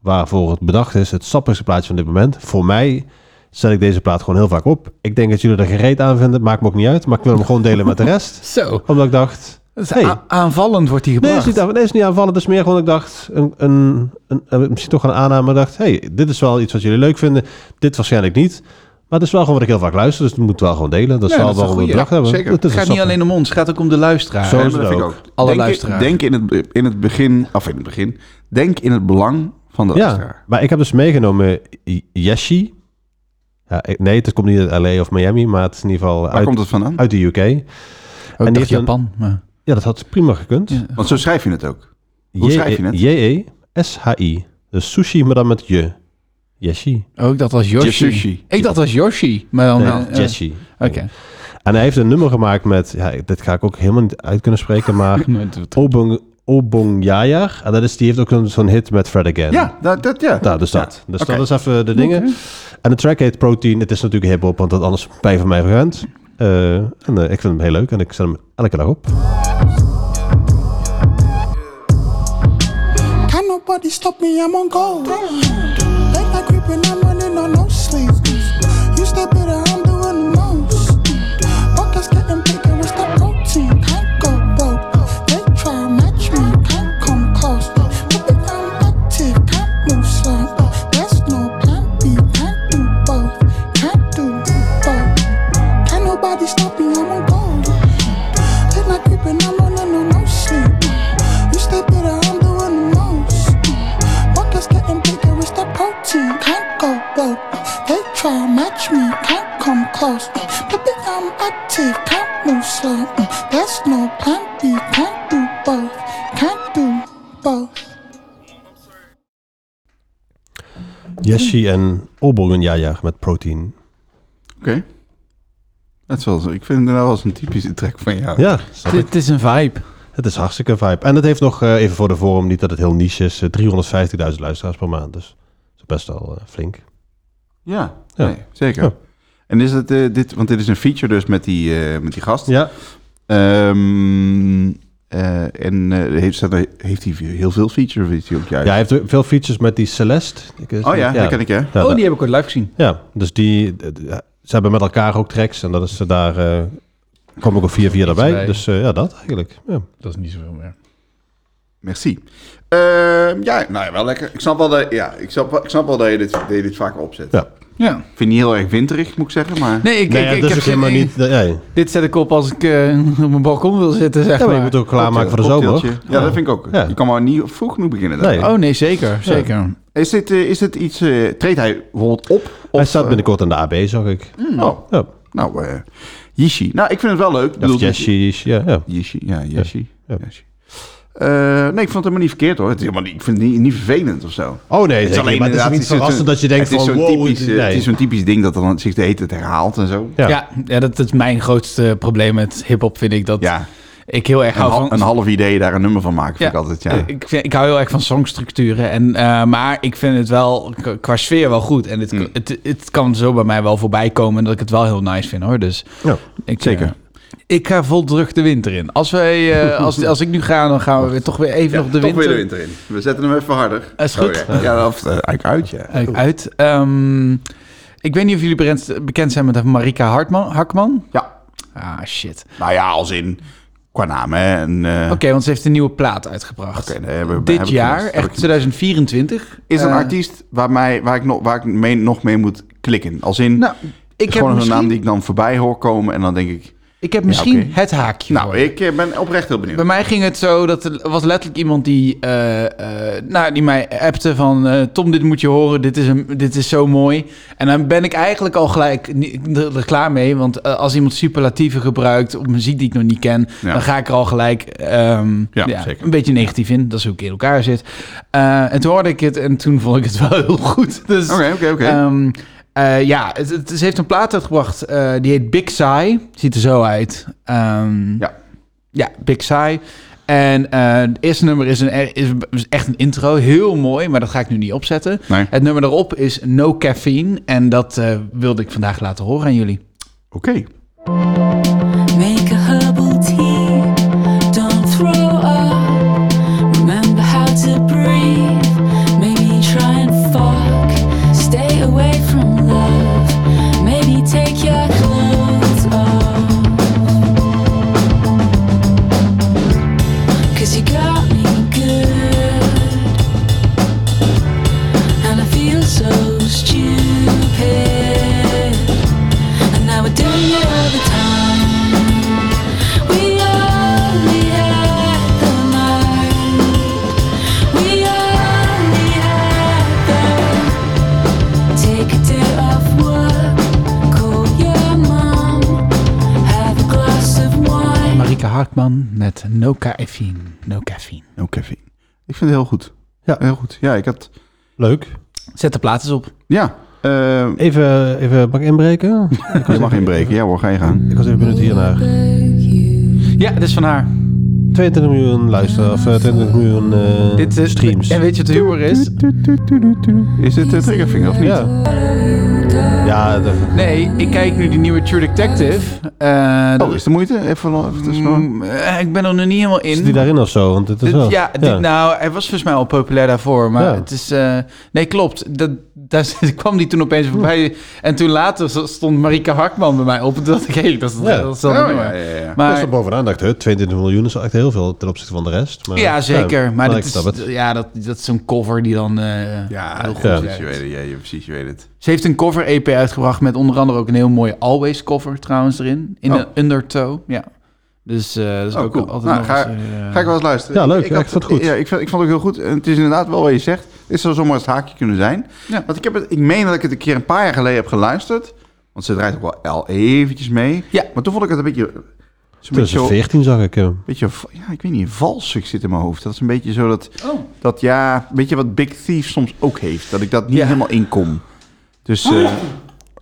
waarvoor het bedacht is, het sappigste plaatje van dit moment. Voor mij zet ik deze plaat gewoon heel vaak op. Ik denk dat jullie er gereed aan vinden, maakt me ook niet uit, maar ik wil hem gewoon delen met de rest.
Zo.
Omdat ik dacht, hey,
A- aanvallend wordt hij
nee, het
gebracht.
is niet, aan- nee, het is niet aanvallen. Het is meer gewoon, ik dacht, een, een, een, een- misschien toch een aanname. Ik dacht, hey, dit is wel iets wat jullie leuk vinden. Dit waarschijnlijk niet. Maar het is wel gewoon wat ik heel vaak luister, dus dat moeten we wel gewoon delen. Dat
Ja,
zal
dat is
wel
een
een
goeie.
bedrag
Ja,
hebben.
zeker.
Dat
Het
is
gaat
een
niet alleen om ons, het gaat ook om de luisteraar.
Zo is
maar
het
vind ik
ook.
Alle
denk,
luisteraars.
Denk in het, in het begin, of in het begin, denk in het belang van de
Ja,
luisteraar.
maar ik heb dus meegenomen eh, Yeshi. Ja, ik- nee, het komt niet uit LA of Miami, maar het is in ieder geval
Waar
uit,
komt het vandaan?
uit de UK.
Ook
En die
dacht
heeft een-
Japan. maar-
Ja, dat had prima gekund.
Ja.
Want zo schrijf je het ook. Hoe
J-
schrijf je het?
J-E-S-H-I. Dus sushi, maar dan met je. Yeshi.
Oh, ik dacht dat was Yoshi.
Yoshi.
Ik dacht dat was Yoshi. Maar dan...
Nee,
eh, eh,
Yeshi.
Oké.
En hij heeft een nummer gemaakt met, ja, dit ga ik ook helemaal niet uit kunnen spreken, maar Obong, Obong Yayar. En dat is, die heeft ook een- zo'n hit met Fred Again.
Ja, dat, dat, ja.
Nou, dus dat. Dus
Oké.
dat is even de dingen. En de track heet Protein. Het is natuurlijk hip-hop, want dat anders ben je van mij gewend. Eh, en eh, ik vind hem heel leuk en ik zet hem elke dag op.
Can nobody stop me, I'm on go. Late night creeping, I'm running on no sleep. You stay better, I'm doing the most. Pockets getting bigger, it's the protein. Can't go broke. They try to match me, can't come close. But if I'm active, can't move slow. There's no plan B, can't do both. Can't do both. Can nobody stop me, I'm on go. Late night creeping, I'm running on no sleep. You stay better, I'm doing the most. Pockets getting bigger, it's the protein. Can't go broke. They try to match me, can't come close. The big I'm active, can't move slow. There's no plan B, can't do both. Can't do both.
Yeshi en Obong Yayar met Protein.
Oké. Dat is wel zo. Ik vind het nou wel eens een typische track van jou.
Ja, snap ik.
Het is een vibe.
het is hartstikke een vibe. En het heeft nog, eh, even voor de vorm, niet dat het heel niche is, eh, 350.000 luisteraars per maand. Dus dat is best wel eh, flink.
Ja,
Ja.
Nee, zeker.
Ja.
En is het, eh, dit, want dit is een feature dus met die, eh, met die gast.
Ja,
Ehm, eh, en eh, heeft, staat er- heeft hij heel veel features? Of is hij ook
ja
juist?
hij heeft veel features met die Celeste. Ik-
oh ja, dat ken ik hè.
Ja,
oh,
dat-
die heb ik ooit live gezien.
Ja, dus die, d- d- ze hebben met elkaar ook tracks en dat is eh, daar, eh kom ik op 4-4 daarbij.
bij.
Dus eh, ja, dat eigenlijk. Ja.
Dat is niet zoveel meer.
Merci. Ehm, ja, nou ja, wel lekker. Ik snap wel dat, ja, ik snap, wel- ik snap wel dat, je dit, dat je dit vaker opzet.
Ja.
Ja.
Ik vind het niet heel erg winterig, moet ik zeggen, maar...
Nee, ik,
Nee,
ik,
ja,
ik
dat is
heb
ook
zin
helemaal
in-
niet... eh, ja.
Dit zet ik op als ik eh, op mijn balkon wil zitten, zeg
Ja, maar
maar.
je moet ook klaarmaken voor de
Cocktailtje.
zomer.
Ja, dat vind ik ook.
Ja.
Je kan maar niet vroeg genoeg beginnen. daar.
Nee.
Oh nee, zeker. Zeker.
Is, dit, eh, is dit iets... eh treedt hij bijvoorbeeld op? Of,
Hij staat
eh,
binnenkort aan de AB, zag ik.
oh,
Ja, of
nou, eh Yishi. Nou, ik vind het wel leuk. Ik bedoel,
Jesse is- Ja, ja.
Yishi, ja, Yishi.
Ja.
Yishi. Eh, nee, ik vond het helemaal niet verkeerd hoor. Het is helemaal niet, ik vind het niet, niet vervelend of zo.
Oh nee,
Het is
zeker niet, maar het is
inderdaad,
niet
zo'n-
verrassend dat je denkt
het is
van...
zo'n
wow,
typisch, eh,
nee.
Het is zo'n typisch ding dat dan zich de hele tijd herhaalt en zo.
Ja.
Ja, ja. dat is mijn grootste probleem met hip-hop, vind ik. Dat
Ja,
ik heel erg
een,
hou
hal-
van... Eh,
een half idee daar een nummer van maken vind ik altijd, ja.
Ik, vind- ik hou heel erg van songstructuren. En, eh, maar ik vind het wel k- qua sfeer wel goed. En het,
Hmm.
Mm.
het, het kan zo bij mij wel voorbij komen dat ik het wel heel nice vind hoor. Dus
Ja,
ik,
zeker.
eh, ik ga vol druk de winter in. Als, wij, eh, als, als ik nu ga, dan gaan we weer, toch weer even nog de
Toch
winter,
weer de winter in. We zetten hem even harder.
Is goed.
Oh, ja, ja of, eh, eigenlijk uit, ja.
eh, uit. Ehm, ik weet niet of jullie berend- bekend zijn met Marika Hartman, Hakman.
Ja.
Ah, shit.
Nou ja, als in qua naam, hè. En, eh,
Oké, want ze heeft een nieuwe plaat uitgebracht.
Oké, nee, hebben we-
Dit
hebben we
jaar,
gemist.
echt 2024.
Is een
Eh,
artiest waar, mij, waar ik, nog, waar ik mee, nog mee moet klikken. Als in,
Nou,
ik
ik
is
heb
gewoon een naam
misschien,
die ik dan voorbij hoor komen en dan denk ik...
ik heb misschien
oké.
het haakje.
Nou,
voor je.
ik eh, ben oprecht heel benieuwd.
Bij mij ging het zo dat er was letterlijk iemand die, eh, eh, nou, die mij appte van eh, Tom, dit moet je horen, dit is, een, dit is zo mooi. En dan ben ik eigenlijk al gelijk niet- er er klaar mee, want eh, als iemand superlatieven gebruikt op muziek die ik nog niet ken,
Ja.
dan ga ik er al gelijk ehm,
Ja,
ja,
zeker.
een beetje negatief in. Dat is hoe ik in elkaar zit. Eh, en toen hoorde ik het en toen vond ik het wel heel goed. Dus,
Oké, oké, oké.
Ehm, eh, ja, het, het- ze heeft een plaat uitgebracht. eh, die heet Big Sigh. Ziet er zo uit. Ehm,
Ja.
Ja, Big Sigh. En eh, het eerste nummer is, een, e- is is echt een intro. Heel mooi, maar dat ga ik nu niet opzetten.
Nee.
Het nummer daarop is No Caffeine. En dat eh, wilde ik vandaag laten horen aan jullie.
Oké.
Make a herbal tea. Don't throw up. Remember how to breathe. Maybe try and fuck. Stay away from love. Maybe take your clothes off. Cause you got me good. And I feel so stupid.
Marieke Hartman met No Caffeine. No Caffeine.
No caffeine. Nou, Ik vind het heel goed.
Ja.
Heel goed. Ja, ik had...
Leuk.
Zet de plaatjes op.
Ja. eh,
Even, even mag ik inbreken?
je mag inbreken. Ja hoor, ga je gaan.
Ik was even benieuwd hiernaar.
Ja, dit is van haar.
22 miljoen luisteren of eh, 22 miljoen eh,
Dit is
streams.
En weet je wat de humor is?
Is dit de triggervinger of niet?
Ja. Ja, de-
Nee, ik kijk nu die nieuwe True Detective. Eh, dat-
Oh, is de moeite? Even, wel- even tussendoor.
Mm, eh, ik ben er nog niet helemaal in.
is die daarin of zo? Want dit is
Dit-
wel.
ja, dit, nou, hij was volgens mij al populair daarvoor, maar
Ja.
het is... eh, nee, klopt. Dat, daar zit- kwam die toen opeens voorbij. En toen later z- stond Marieke Hartman bij mij op. En toen dacht ik, hé, dat is
Ja.
dat is wel
Oh,
een
ja,
nummer.
ja, ja.
Dat is
Maar,
er bovenaan, dacht ik. hè, 22 miljoen is echt heel veel ten opzichte van de rest. Maar,
ja, zeker.
nou,
maar
ik
dat
snap
is,
het.
ja, dat, dat is zo'n cover die dan... eh,
Ja,
heel goed
ja,
ja.
precies, je weet het. Ja, je- precies, je weet het.
Ze heeft een cover EP uitgebracht met onder andere ook een heel mooie Always cover trouwens erin. In
Oh.
de undertow. Ja. Dus eh, dat is
Oh,
ook
cool.
altijd
Nou,
nog
ga-
eens, eh,
Ga ik wel eens luisteren.
Ja, leuk.
Ik,
Ja, ik vond het goed.
Ja, ik, vind- ik vond het ook heel goed. En het is inderdaad wel wat je zegt. Het zou zomaar het haakje kunnen zijn.
Ja.
Want ik, heb het, ik meen dat ik het een keer een paar jaar geleden heb geluisterd. Want ze draait ook wel al eventjes mee.
Ja.
Maar toen vond ik het een beetje... Een beetje, zo-
2014 zag ik hem.
beetje, va- ja, ik weet niet, valsig zit in mijn hoofd. Dat is een beetje zo dat,
Oh.
dat ja, weet je wat Big Thief soms ook heeft? Dat ik dat niet
Ja. Oh.
helemaal inkom. Dus eh,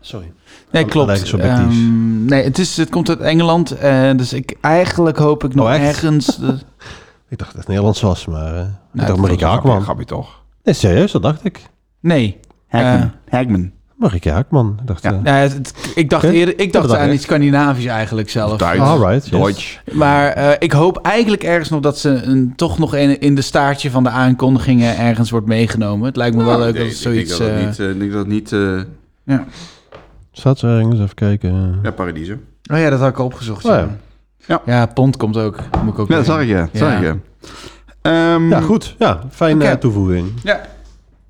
Sorry.
Nee,
Al-
klopt.
lijkt zo Baptiste.
Ehm, nee, het, is, het komt uit Engeland. eh, dus ik, eigenlijk hoop ik nog
Oh, echt?
ergens... de-
Ik dacht dat het Nederlands was, maar... eh ik dacht
dat
Marike
grappig,
Haakman.
grappig toch?
Nee, serieus, dat dacht ik.
nee.
Hackman.
Eh,
Hackman.
Marike Haakman. Ik dacht...
Ja.
eh,
Nee, het- het- ik dacht
Oké.
eerder... Ik dacht
dat
aan
echt.
iets Scandinavisch eigenlijk zelf.
Duits.
Alright, Ah, yes.
Deutsch.
Maar eh, ik hoop eigenlijk ergens nog dat ze een, toch nog een, in de staartje van de aankondigingen ergens wordt meegenomen. Het lijkt me wel
Nou,
leuk
nee,
dat het zoiets...
Ik denk dat
eh,
het niet... eh, ik denk dat het niet eh,
Staat ze ergens? Even kijken.
ja, Paradiso.
Oh ja, dat had ik al opgezocht.
Oh ja.
ja.
eh, Ja.
Pond komt ook. Moet ik ook
Ja, dat
weer-
zag ik, ja. Dat zag ik, ja. Ehm,
Ja, goed. Ja, fijne
Oké.
eh, toevoeging.
Ja.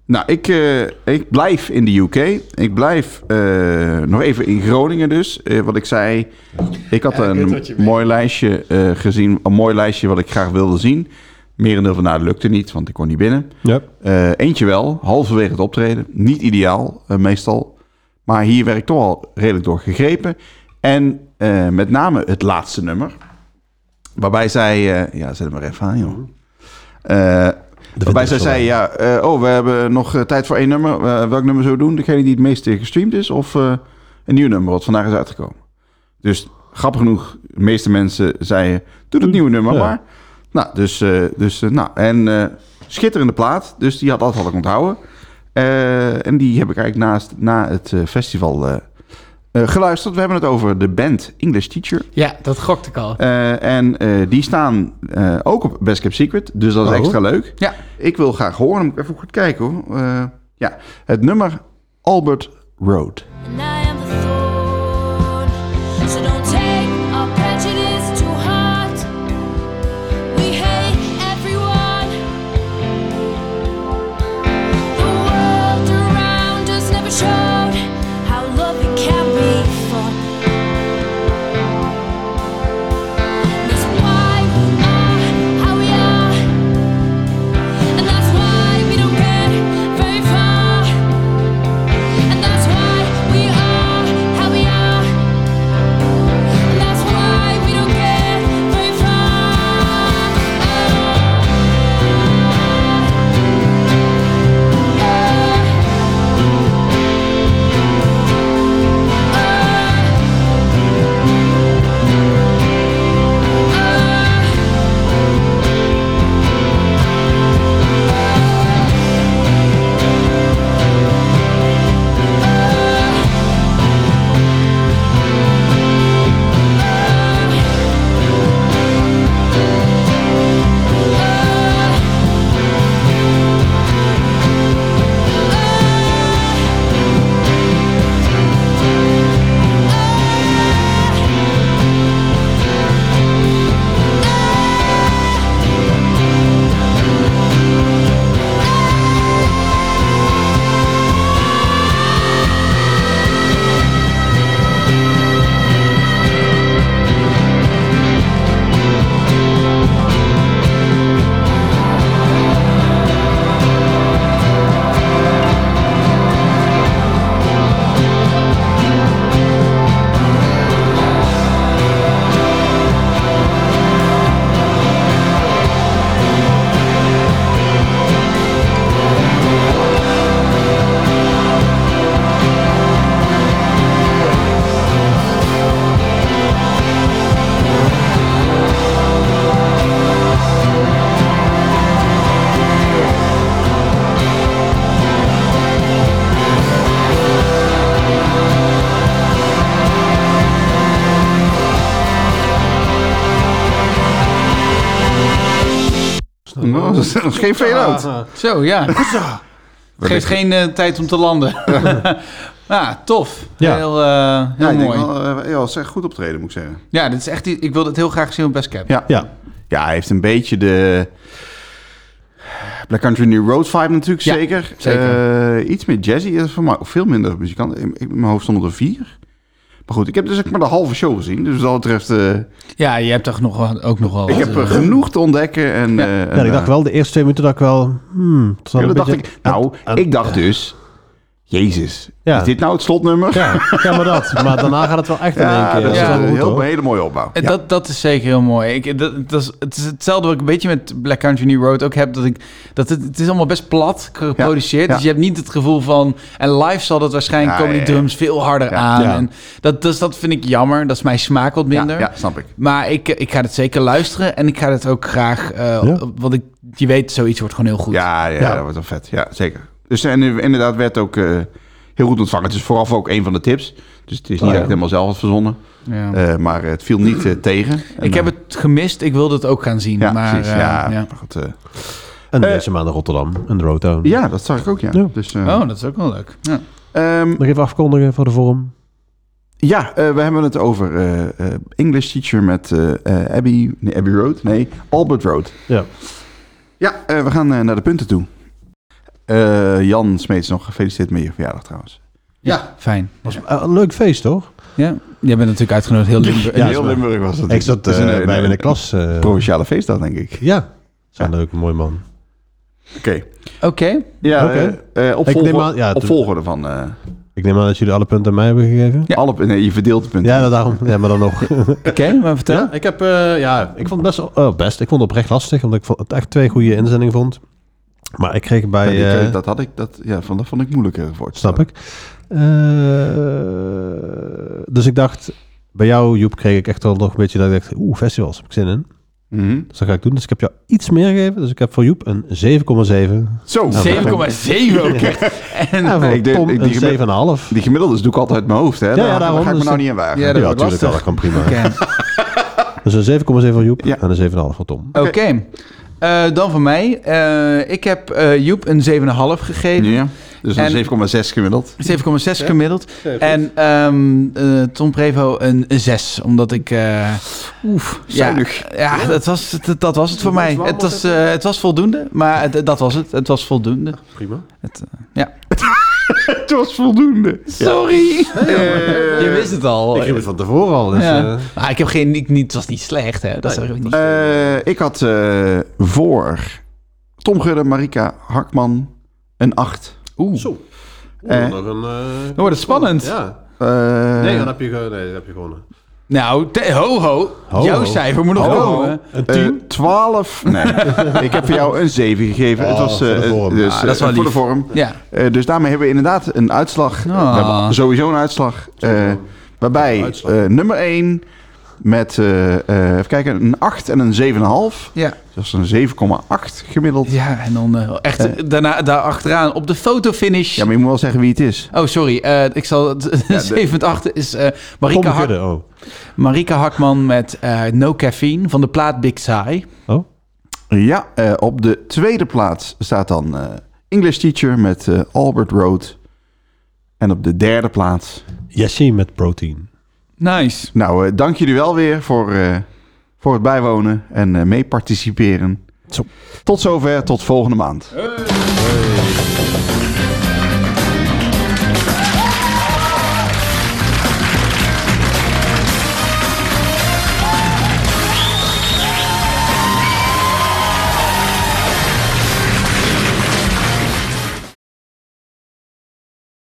Nou, ik, eh, ik blijf in de UK. Ik blijf eh, nog even in Groningen dus. Eh, wat ik zei, ik had een mooi lijstje eh, gezien. Een mooi lijstje wat ik graag wilde zien. Merendeel van nou, dat lukte niet, want ik kon niet binnen.
Ja.
Eh, eentje wel, halverwege het optreden. Niet ideaal, eh, meestal. Maar hier werd ik toch al redelijk door gegrepen. En eh, met name het laatste nummer. Waarbij zij... eh, ja, zet hem maar even aan, joh. Eh, waarbij
ik
zij
zo
zei,
leuk.
ja, eh, oh, we hebben nog eh, tijd voor één nummer. Eh, welk nummer zullen we doen? Degene die het meest eh, gestreamd is of eh, een nieuw nummer wat vandaag is uitgekomen? Dus grappig genoeg, de meeste mensen zeiden, doe het nieuwe nummer
Ja.
maar. Nou, dus, eh, dus eh, nou, en eh, schitterende plaat. Dus die had, dat had ik onthouden. Eh, en die heb ik eigenlijk naast, na het eh, festival eh, eh, geluisterd. We hebben het over de band English Teacher.
ja, dat gokte ik al.
Eh, en eh, die staan eh, ook op Best Kept Secret. Dus dat is
Oh.
extra leuk.
Ja.
Ik wil graag horen. Dan moet ik even goed kijken hoor. Eh, ja, het nummer Albert Road.
And I am the thorn. So don't take our prejudice to heart. We hate everyone. The world around us never showed how loving can be fun. That's why we are how we are. And that's why we don't get very far. And that's why we are
jongen. Oh, Dat was- dat was geen fade-out.
Ah.
Zo, ja. Geeft geen eh, tijd om te landen. Ja, tof.
Ja.
Heel, eh, heel
Ja, ik denk
mooi.
wel, eh, ja, dat is echt goed optreden, moet ik zeggen.
Ja, dit is echt, i- ik wil dit heel graag zien op Best Cap.
Ja.
Ja,
Ja, hij heeft een beetje de Black Country New Road vibe natuurlijk,
Ja,
zeker.
zeker.
Eh, iets meer jazzy is voor mij veel minder muzikant. In, in mijn hoofd stonden er vier. Maar goed, ik heb dus ook maar de halve show gezien. Dus wat dat betreft, eh,
Ja, je hebt toch nog, wel- ook nog wel
ik
wat,
heb
eh,
er genoeg te ontdekken. En, eh,
ja
en,
ik dacht
eh,
wel de eerste twee minuten dat ik wel... Hmm, het zal
ja,
een
dat dacht
beetje-
ik, nou,
en-
ik dacht dus, jezus,
Ja.
is dit nou het slotnummer?
Ja, ja, maar dat. Maar daarna gaat het wel echt in één keer.
dat is
Dat is wel
een
goed,
heel-
hoor.
een hele mooie opbouw.
En
Ja.
Eh, Dat, dat is zeker heel mooi. Ik, dat, dat is, het is hetzelfde wat ik een beetje met Black Country New Road ook heb. Dat ik, dat het, het is allemaal best plat geproduceerd.
Ja, ja.
Dus je hebt niet het gevoel van... En live zal dat waarschijnlijk
Ja,
komen die
ja, ja.
drums veel harder
Ja.
aan.
Ja.
En dat, dus dat vind ik jammer. Dat is mijn smaak wat minder.
Ja, ja, snap ik.
Maar ik, ik ga het zeker luisteren. En ik ga het ook graag... eh,
Ja.
Want ik, je weet, zoiets wordt gewoon heel goed.
Ja, ja,
Ja.
dat wordt wel vet. Ja, zeker. Dus en inderdaad werd ook eh, heel goed ontvangen. Het is vooraf ook een van de tips. Dus het is niet
Oh, ja.
dat ik het helemaal zelf had verzonnen.
Ja.
Eh, maar het viel niet eh, tegen. En,
ik heb
eh,
het gemist. Ik wilde het ook gaan zien.
Ja,
maar,
precies.
eh,
ja,
ja.
maar goed, eh,
En
Eh,
deze maand in Rotterdam. En de Roadtown.
ja, dat zag ik ook, ja.
Ja.
Dus, eh,
Oh, dat is ook wel leuk. Ja.
ehm,
Nog even afkondigen voor de vorm.
ja, eh, we hebben het over eh, eh, English Teacher met eh, eh, Abbey, nee, Abbey Road. Nee, Albert Road.
Ja.
Ja, eh, we gaan eh, naar de punten toe. Eh, Jan Smeets nog gefeliciteerd met je verjaardag trouwens.
ja, fijn.
Was eh, een leuk feest, toch?
Ja. Jij bent natuurlijk uitgenodigd. Heel Limburg.
In
Ja,
heel
is waar.
Limburg was dat.
Ik zat
Dus
eh,
een-
bij
een-
me in de
een
klas. eh,
Provinciale feestdag, denk ik.
ja. Zijn
Ja.
leuk, mooi man.
Oké.
Oké.
Ja,
Oké.
eh, eh, op,
Ik
volgorde,
neem aan- ja,
op
toen-
volgorde van... eh,
Ik neem aan dat jullie alle punten aan mij hebben gegeven.
alle, nee, je verdeelt de punten.
Ja, nou, daarom. Ja, maar dan nog.
Oké, maar vertel.
Ja, ik heb, eh, ja, ik vond het best, oh, best. Ik vond het oprecht lastig, omdat ik vond het echt twee goede inzendingen vond. Maar ik kreeg bij,
Nee, ik, eh,
eh,
dat had ik, dat, ja, van, dat vond ik moeilijker voor te
snap
stellen.
ik. Eh, dus ik dacht, bij jou Joep kreeg ik echt wel nog een beetje dat ik dacht, oeh, festivals, heb ik zin in.
Mhm.
Dus dat ga ik doen. Dus ik heb jou iets meer gegeven. Dus ik heb voor Joep een 7,7.
Zo.
7,7 ook echt. En,
En voor
ik deed-
Tom
ik- die
een
gemiddel-
7,5.
Die gemiddeldes doe ik altijd uit mijn hoofd, hè? daar,
daarom,
ga ik me
dus
nou
dat-
niet aan wagen.
Ja,
Ja,
dat wordt
natuurlijk wel, dat
lastig.
kan prima.
Oké,
Dus een 7,7 voor Joep
Ja.
en een 7,5 voor Tom.
Oké. Eh, dan van mij. Eh, ik heb eh, Joep een 7,5 gegeven.
Ja, dus
En-
een 7,6 gemiddeld.
7,6 gemiddeld. en ehm, eh, Tom Prevo een 6. Omdat ik... eh,
Oef,
ja,
zuinig.
ja dat, was, het- dat, dat was het voor mij. Het was, eh, het was voldoende, maar het- dat was het. Het was voldoende.
Prima.
Het was voldoende. Eh,
Sorry! Je wist het al.
Ik heb het van tevoren al. Dus,
Ja.
eh,
Ah, ik heb geen... Ik, niet, het was niet slecht, hè. Dat is ook niet...
Eh, ik had eh, voor Tom Gudde, Marika Hakman een 8.
Oeh.
Zo.
Eh.
nog een, eh,
wordt het spannend.
Ja.
Eh,
Nee, dan heb je, ge- nee, dan heb je gewonnen.
Nou, te- ho, ho.
Ho,
Jouw
ho.
cijfer moet nog
Ho, ho.
komen.
Een
eh, 12. Nee, ik heb voor jou een 7 gegeven.
Oh,
het was, eh,
voor de vorm.
Dus,
Ah,
dat is wel
eh, voor de
lief.
vorm.
Ja.
Eh, dus daarmee hebben we inderdaad een uitslag.
Ah.
We hebben sowieso een uitslag. eh, waarbij
Uitslag.
eh, nummer 1 met eh, eh, even kijken, een 8 en een 7,5.
Ja.
Dat is een 7,8 gemiddeld. Ja.
Ja, en dan eh, echt eh, daarna, daarachteraan op de fotofinish.
maar je moet wel zeggen wie het is.
Oh, sorry. eh, ik zal het. 7.8 is eh Marika,
Tom
Hak-
Gudde, oh.
Marika Hakman met eh, No Caffeine van de plaat Big Sai.
Oh,
Ja, eh, op de tweede plaats staat dan eh, English Teacher met eh, Albert Road. En op de derde plaats.
Yassi met protein.
Nice.
Nou, eh, dank jullie wel weer voor, eh, voor het bijwonen en eh mee participeren.
Zo.
Tot zover, tot volgende maand.